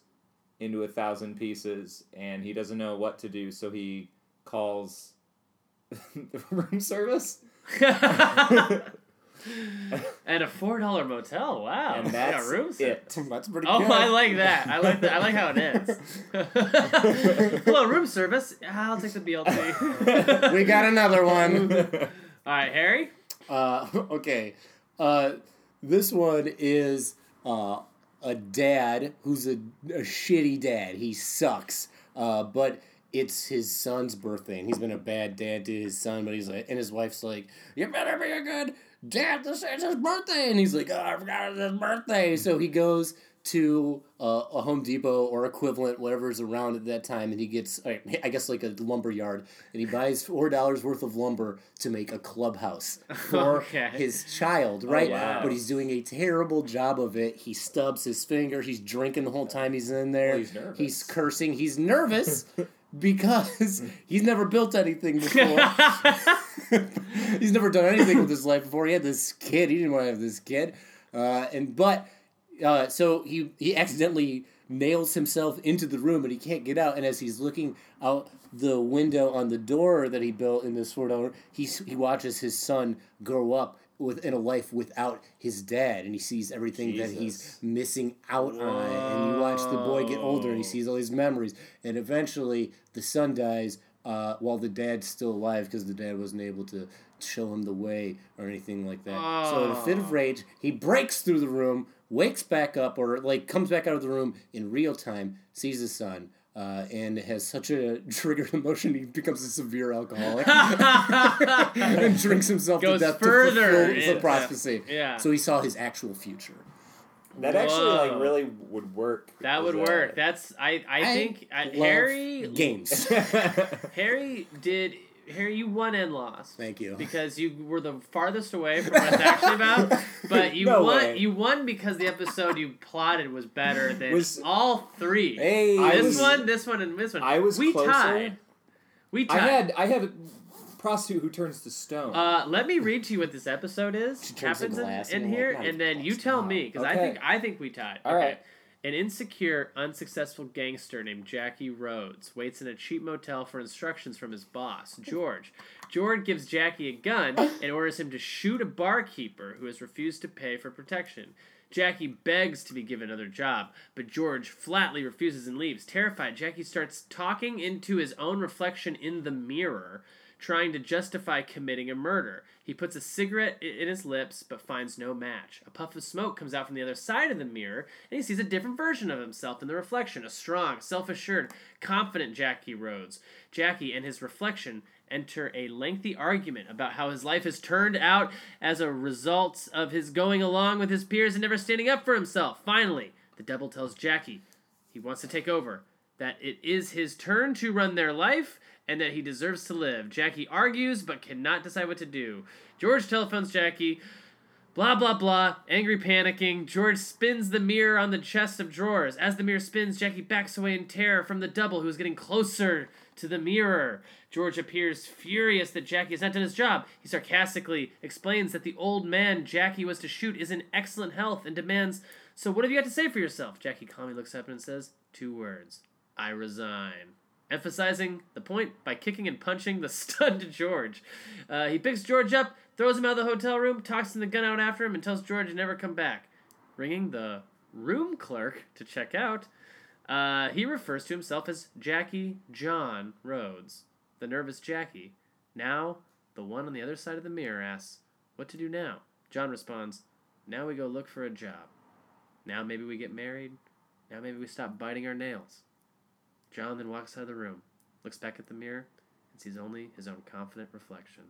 C: into a thousand pieces, and he doesn't know what to do, so he calls the room service,
B: and a four dollar motel. Wow.
C: and
B: Yeah,
C: that's
B: room service.
C: it.
D: That's pretty
B: Oh,
D: good.
B: I like that. I like that. I like how it ends. Hello, room service. I'll take the BLT.
D: We got another one.
B: All right, Harry.
D: Uh, okay. Uh, this one is uh, a dad who's a, a shitty dad. He sucks. Uh, but it's his son's birthday, and he's been a bad dad to his son. But he's like, and his wife's like, "You better be a good dad. This is his birthday." And he's like, "Oh, I forgot it's his birthday." So he goes to uh, a Home Depot or equivalent, whatever's around at that time, and he gets, I I guess, like a lumber yard, and he buys four dollars worth of lumber to make a clubhouse for
B: Okay.
D: his child, right?
C: wow.
D: But he's doing a terrible job of it. He stubs his finger. He's drinking the whole time he's in there.
C: Well, he's nervous.
D: He's cursing. He's nervous. because he's never built anything before. he's never done anything with his life before. He had this kid. He didn't want to have this kid. Uh, and but uh, so he he accidentally nails himself into the room, but he can't get out. And as he's looking out the window on the door that he built in this Ford owner, he s- he watches his son grow up. Within a life without his dad, and he sees everything that he's
C: Jesus.
D: missing out on. And you watch the boy get older, and he
B: Whoa.
D: sees all these memories. And eventually, the son dies uh, while the dad's still alive because the dad wasn't able to show him the way or anything like that. So, in a fit of
B: Ah.
D: rage, he breaks through the room, wakes back up, or like comes back out of the room in real time, sees his son. Uh, and has such a triggered emotion, he becomes a severe alcoholic and drinks himself
B: Goes
D: to death
B: further
D: to fulfill
B: into-
D: the prophecy.
B: yeah.
D: So he saw his actual future.
E: That actually like
B: Whoa.
E: really would work.
B: That would
E: as a-
B: work. That's I. I, think I,
D: love
B: Harry.
D: games.
B: Harry did. Harry, you won and lost.
D: Thank you.
B: Because you were the farthest away from what it's actually about, but you
E: No
B: won.
E: way.
B: You won because the episode you plotted was better than
C: Was-
B: all three.
D: Hey,
C: I
B: this
C: was-
B: one, this one, and this one.
C: I was
B: we
C: closer.
B: tied. We
C: I
B: tied.
C: had I had a prostitute who turns to stone.
B: Uh, let me read to you what this episode is.
D: She turns
B: Happens
D: into
B: in,
D: glass
B: in
D: and I'm
B: here,
D: like, "God,
B: and then
D: it's
B: you
D: glass
B: tell
D: now."
B: me because I
C: Okay.
B: think I think we tied.
C: All right.
B: An insecure, unsuccessful gangster named Jackie Rhodes waits in a cheap motel for instructions from his boss, George. George gives Jackie a gun and orders him to shoot a barkeeper who has refused to pay for protection. Jackie begs to be given another job, but George flatly refuses and leaves. Terrified, Jackie starts talking into his own reflection in the mirror, trying to justify committing a murder. He puts a cigarette i- in his lips but finds no match. A puff of smoke comes out from the other side of the mirror, and he sees a different version of himself in the reflection a strong, self assured, confident Jackie Rhodes. Jackie and his reflection enter a lengthy argument about how his life has turned out as a result of his going along with his peers and never standing up for himself. Finally, the devil tells Jackie he wants to take over, that it is his turn to run their life, and that he deserves to live. Jackie argues but cannot decide what to do. George telephones Jackie. Blah blah blah. Angry panicking, George spins the mirror on the chest of drawers. As the mirror spins, Jackie backs away in terror from the double who is getting closer to the mirror. George appears furious that Jackie has not done his job. He sarcastically explains that the old man Jackie was to shoot is in excellent health and demands, So what have you got to say for yourself? Jackie calmly looks up and says, Two words I resign emphasizing the point by kicking and punching the stunned George. Uh, he picks George up, throws him out of the hotel room, tossing the gun out after him, and tells George to never come back. Ringing the room clerk to check out, uh, he refers to himself as Jackie John Rhodes, the nervous Jackie. Now, the one on the other side of the mirror asks, What to do now? John responds, Now we go look for a job. Now maybe we get married. Now maybe we stop biting our nails. John then walks out of the room, looks back at the mirror, and sees only his own confident reflection.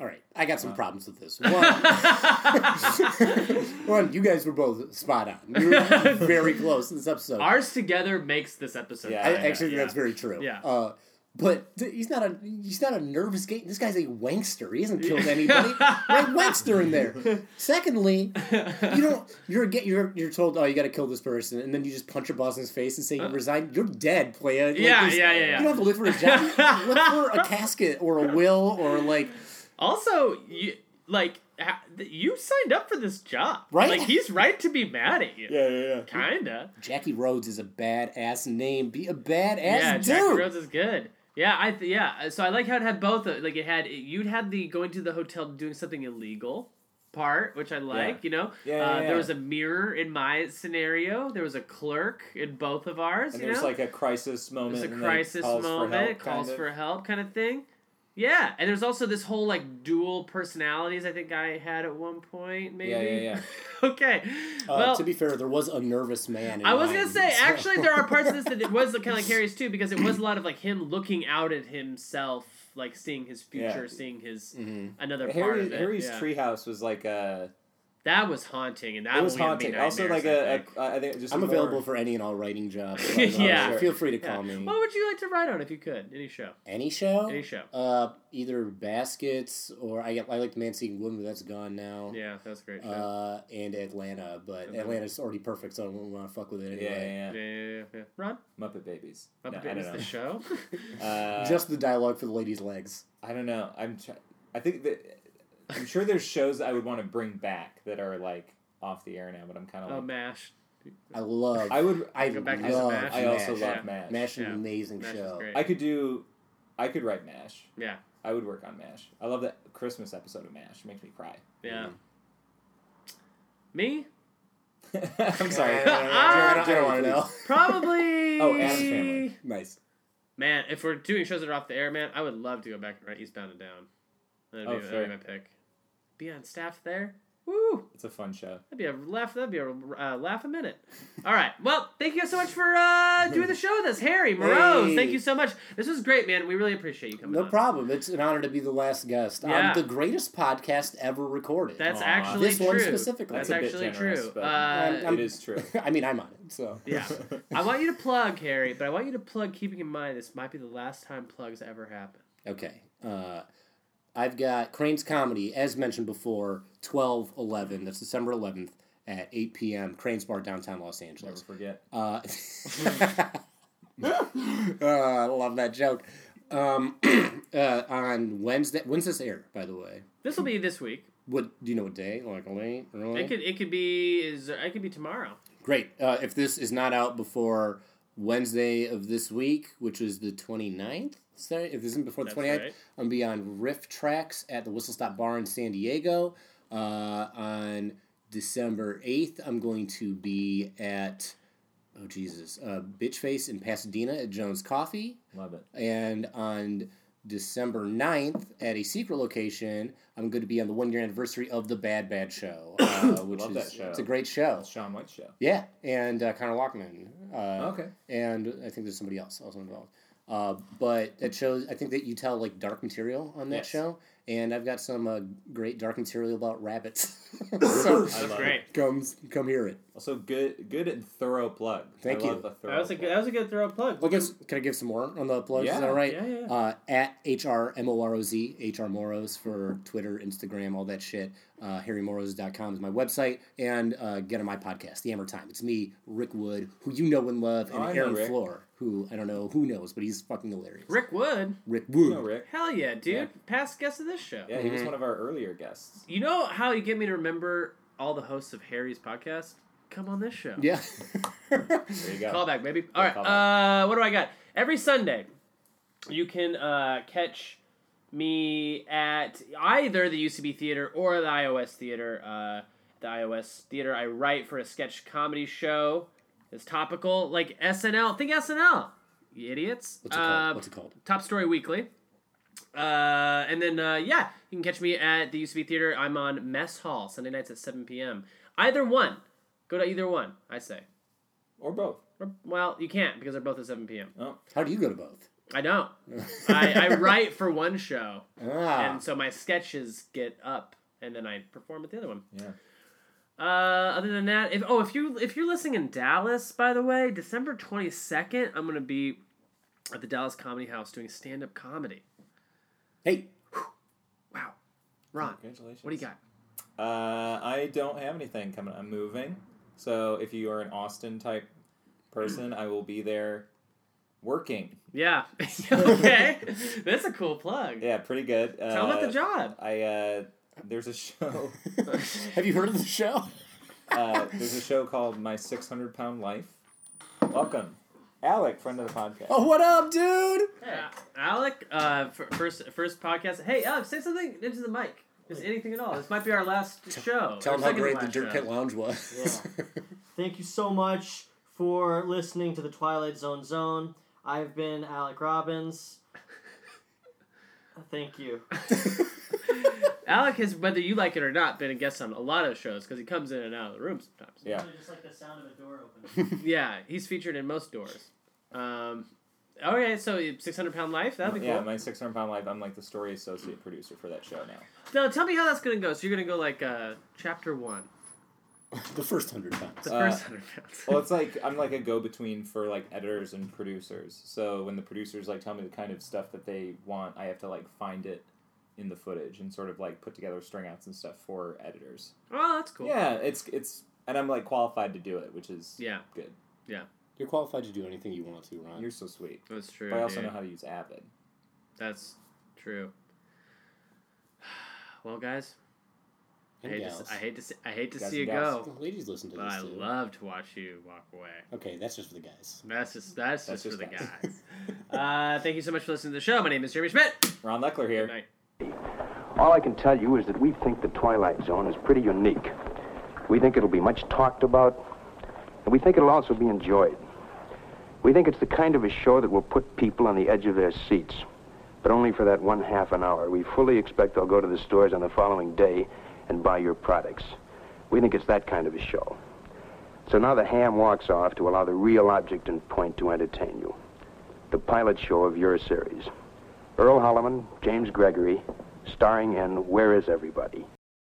D: All right, I got
B: Uh-huh.
D: some problems with this. One, one, you guys were both spot on. You were very close in this episode.
B: Ours together makes this episode.
E: Yeah.
D: I actually think
B: yeah.
D: that's very true.
B: Yeah.
D: Uh, but th- he's not a he's not a nervous gay. This guy's a wankster. He hasn't killed anybody. right, wankster in there. Secondly, you don't you're get you're you're told oh you got to kill this person and then you just punch your boss in his face and say you resign. You're dead, playa. Like,
B: Uh. Yeah,
D: there's-
B: yeah, yeah, yeah.
D: You don't have to live for a job. You live for a casket or a will or like
B: Also, you like ha- th- you signed up for this job,
D: Right?
B: Like he's right to be mad at you.
E: Yeah, yeah,
B: uh,
E: yeah.
B: Kinda.
D: Jackie Rhodes is a badass name. Be a badass
B: yeah,
D: dude.
B: Jackie Rhodes is good. Yeah, I th- yeah. uh, So I like how it had both. Of, like it had you'd had the going to the hotel doing something illegal part, which I like. You know,
C: Yeah, yeah,
B: uh,
C: yeah.
B: there was a mirror in my scenario. There was a clerk in both of ours.
C: and
B: you
C: there's
B: know?
C: like a crisis moment.
B: There's a
C: and then it
B: crisis
C: calls for help,
B: moment, calls
C: kind of.
B: for help, kind of thing. Yeah, and there's also this whole like dual personalities. I think I had at one point, maybe.
C: Yeah, yeah,
B: okay.
D: Uh,
B: well,
D: to be fair, there was a nervous man. In
B: I was
D: mine,
B: gonna say
D: so-
B: actually there are parts of this that it was kind of like Harry's too because it was a lot of like him looking out at himself, like seeing his future,
C: Yeah. Mm.
B: seeing his
D: Mhm.
B: another part
C: Harry,
B: of it.
C: Harry's
B: yeah.
C: treehouse was like a
B: that was haunting, and that
E: it was
B: will be a
E: haunting.
B: big
E: Also,
B: nightmare,
E: like
B: I
E: a,
B: think.
E: a, I think just
D: I'm
E: more-
D: available for any and all writing jobs. so,
B: Yeah.
D: uh, Feel free to call
B: Yeah.
D: me.
B: What would you like to write on if you could? Any show?
D: Any show?
B: Any show?
D: Uh, either baskets or I I like the Man Seeking Woman, but that's gone now.
B: Yeah, that was a great show.
D: Uh, and Atlanta, but
B: Okay.
D: Atlanta's already perfect, so I don't want to fuck with it
E: Yeah,
D: anyway.
E: yeah,
B: yeah,
E: yeah.
B: yeah, yeah, yeah. Ron,
E: Muppet Babies.
B: up
E: No,
B: there is the show.
E: I don't know. Uh,
D: Just the dialogue for the lady's legs.
E: I don't know. I'm. Try- I think that I'm sure there's shows I would want to bring back that are like off the air now, but I'm kind of
B: oh,
E: like
B: Mash.
D: I love.
E: I would.
D: I
B: Go back to
D: love.
B: Smash.
E: I also
D: Mash.
B: Yeah.
E: love Mash.
D: Mash is
B: Yeah.
D: an amazing
B: Mash is
D: show.
B: great.
E: I could do. I could write Mash.
B: Yeah.
E: I would work on Mash. I love that Christmas episode of Mash. It makes me cry.
B: Yeah. Me?
E: I'm sorry.
D: I don't,
B: Ah!
D: want to know.
B: Probably.
D: Ah,
E: Oh, Adam's Family.
D: nice.
B: Man, if we're doing shows that are off the air, man, I would love to go back and write Eastbound and Down. That'd be,
E: Oh,
B: that'd be my pick. Be on staff there. Woo!
E: It's a fun show.
B: That'd be a laugh. That'd be a uh, laugh a minute. All right. Well, thank you guys so much for uh, doing the show with us, Harry Morose.
D: Hey.
B: Thank you so much. This was great, man. We really appreciate you coming.
D: No
B: on.
D: problem. It's an honor to be the last guest
B: Yeah.
D: on the greatest podcast ever recorded.
B: That's
E: Aw.
B: actually
D: This
B: true.
D: one specifically.
B: That's
D: That's
E: a bit
B: actually
E: generous,
B: true.
E: but-
B: Uh,
D: I'm-
E: it is true.
D: I mean, I'm on it, so
B: yeah. I want you to plug, Harry, but I want you to plug, keeping in mind this might be the last time plugs ever happen.
D: Okay. Uh, I've got Crane's Comedy, as mentioned before, 12 11. That's December 11th at 8 p.m. Crane's Bar, downtown Los
E: Never
D: Angeles.
E: forget.
D: Uh, Uh, I love that joke. Um, uh, on Wednesday, when's this air, by the way?
B: This will be this week.
D: What do you know? What day? Like late, early?
B: It could it could be is it could be tomorrow.
D: Great. Uh, if this is not out before Wednesday of this week, which is the 29th, sorry, if this isn't before the
B: That's
D: 29th,
B: right.
D: I'm going to be on Riff Tracks at the Whistle Stop Bar in San Diego. Uh, on December 8th, I'm going to be at, oh Jesus, uh, Bitchface in Pasadena at Jones Coffee.
E: Love it.
D: And on December 9th, at a secret location, I'm going to be on the one year anniversary of The Bad Bad Show, uh, which
E: Love
D: is
E: that show.
D: it's a great show.
E: It's Sean White's show.
D: Yeah, and uh, Connor Walkman. Uh,
E: okay.
D: And I think there's somebody else also involved. Uh, but that shows. I think that you tell like dark material on that
E: Yes.
D: show, and I've got some uh, great dark material about rabbits. so
E: I
B: That's
E: love
B: great.
E: it.
D: come come hear it.
E: Also, good, good and thorough plug.
D: Thank
E: I
D: you.
E: Love the thorough
B: That was a
E: plug.
B: good, that was a good throw plug.
D: Well, guess, can I give some more on the plugs? Is that
E: Yeah,
D: all right?
B: yeah, yeah, yeah.
D: Uh, at HR M-O-R-O-Z, HR Moros for Twitter, Instagram, all that shit. Uh, HarryMoros.com is my website. And uh, get on my podcast, The Hammer Time. It's me, Rick Wood, who you know and love, and
E: Oh, I know
D: Aaron
E: Rick.
D: Floor, who I don't know who knows, but he's fucking hilarious.
B: Rick Wood,
D: Rick Wood.
E: No, Rick.
B: hell yeah, dude,
E: Yeah.
B: past guest of this show.
E: Yeah, he
D: Mm-hmm.
E: was one of our earlier guests.
B: You know how you get me to remember all the hosts of Harry's podcast? Come on this show.
D: Yeah.
E: There you go.
B: Callback, baby. All right. Uh, what do I got? Every Sunday, you can uh, catch me at either the UCB Theater or the iOS Theater. Uh, the iOS Theater, I write for a sketch comedy show. It's topical, like SNL. Think SNL, you idiots.
D: What's it called?
B: Uh,
D: What's it called?
B: Top Story Weekly. Uh, and then, uh, yeah, you can catch me at the UCB Theater. I'm on Mess Hall, Sunday nights at 7 p.m. Either one. Go to either one, I say.
E: or both.
B: Or- Well, you can't because they're both at 7 p.m.
E: Oh,
D: How do you go to both?
B: I don't. I, I write for one show,
D: Ah.
B: and so my sketches get up, and then I perform at the other one.
E: yeah.
B: Uh, other than that, if oh, if you if you're listening in Dallas, by the way, December 22nd, I'm gonna be at the Dallas Comedy House doing stand up comedy.
D: Hey,
B: Wow, Ron,
E: Congratulations.
B: what do you got?
E: Uh, I don't have anything coming. I'm moving. So if you are an Austin type person, I will be there working.
B: Yeah, okay, that's a cool plug.
E: Yeah, pretty good. Uh,
B: Tell 'em about the job.
E: I uh, there's a show.
B: Oh.
D: have you heard of the show?
E: Uh, there's a show called My 600 Pound Life. Welcome, Alec, friend of the podcast.
D: Oh, what up, dude?
B: Uh, Alec, uh, f- first first podcast. Hey, Alec, say something into the mic. Just anything at all. This might be our last show.
D: Tell
B: Our
D: him how
B: second to
D: great the
B: last
D: Dirt
B: show.
D: Pit Lounge was.
F: Thank you so much for listening to the Twilight Zone Zone. I've been Alec Robbins. Thank you.
B: Alec has, whether you like it or not, been a guest on a lot of shows because he comes in and out of the room sometimes.
E: Yeah.
F: Just like the sound of a door opening.
B: Yeah, he's featured in most doors. Um, Okay, so six hundred pound life. That'd be
C: yeah,
B: cool.
C: my 600 pound life. I'm like the story associate producer for that show now.
B: Now tell me how that's gonna go. So you're gonna go like uh, chapter one,
D: the first hundred pounds.
B: the
C: Uh,
B: first hundred pounds.
C: Well, it's like I'm like a go between for like editors and producers. So when the producers like tell me the kind of stuff that they want, I have to like find it in the footage and sort of like put together string outs and stuff for editors.
B: oh, that's cool.
C: Yeah, it's it's and I'm like qualified to do it, which is
B: Yeah,
C: good.
D: You're qualified to do anything you want to, Ron.
C: You're so sweet.
B: that's true.
C: But I also
B: dude.
C: know how to use Avid.
B: That's true. Well, guys, I
D: and
B: hate, to,
D: gals.
B: s- I hate to see, I hate to
C: Guys
B: see you
C: and gals.
B: go,
D: Ladies listen to
B: but
D: this
B: I
D: too.
B: love to watch you walk away.
D: okay, that's just for the guys.
B: That's just that's,
C: That's
B: just, for the
C: just
B: guys. uh, thank you so much for listening to the show. My name is Jeremy Schmidt.
C: Ron Leckler here.
B: Good night.
A: All I can tell you is that we think the Twilight Zone is pretty unique. We think it'll be much talked about, and we think it'll also be enjoyed. We think it's the kind of a show that will put people on the edge of their seats, but only for that one half an hour. We fully expect they'll go to the stores on the following day and buy your products. We think it's that kind of a show. So now the ham walks off to allow the real object and point to entertain you the pilot show of your series. Earl Holliman, James Gregory, starring in Where Is Everybody?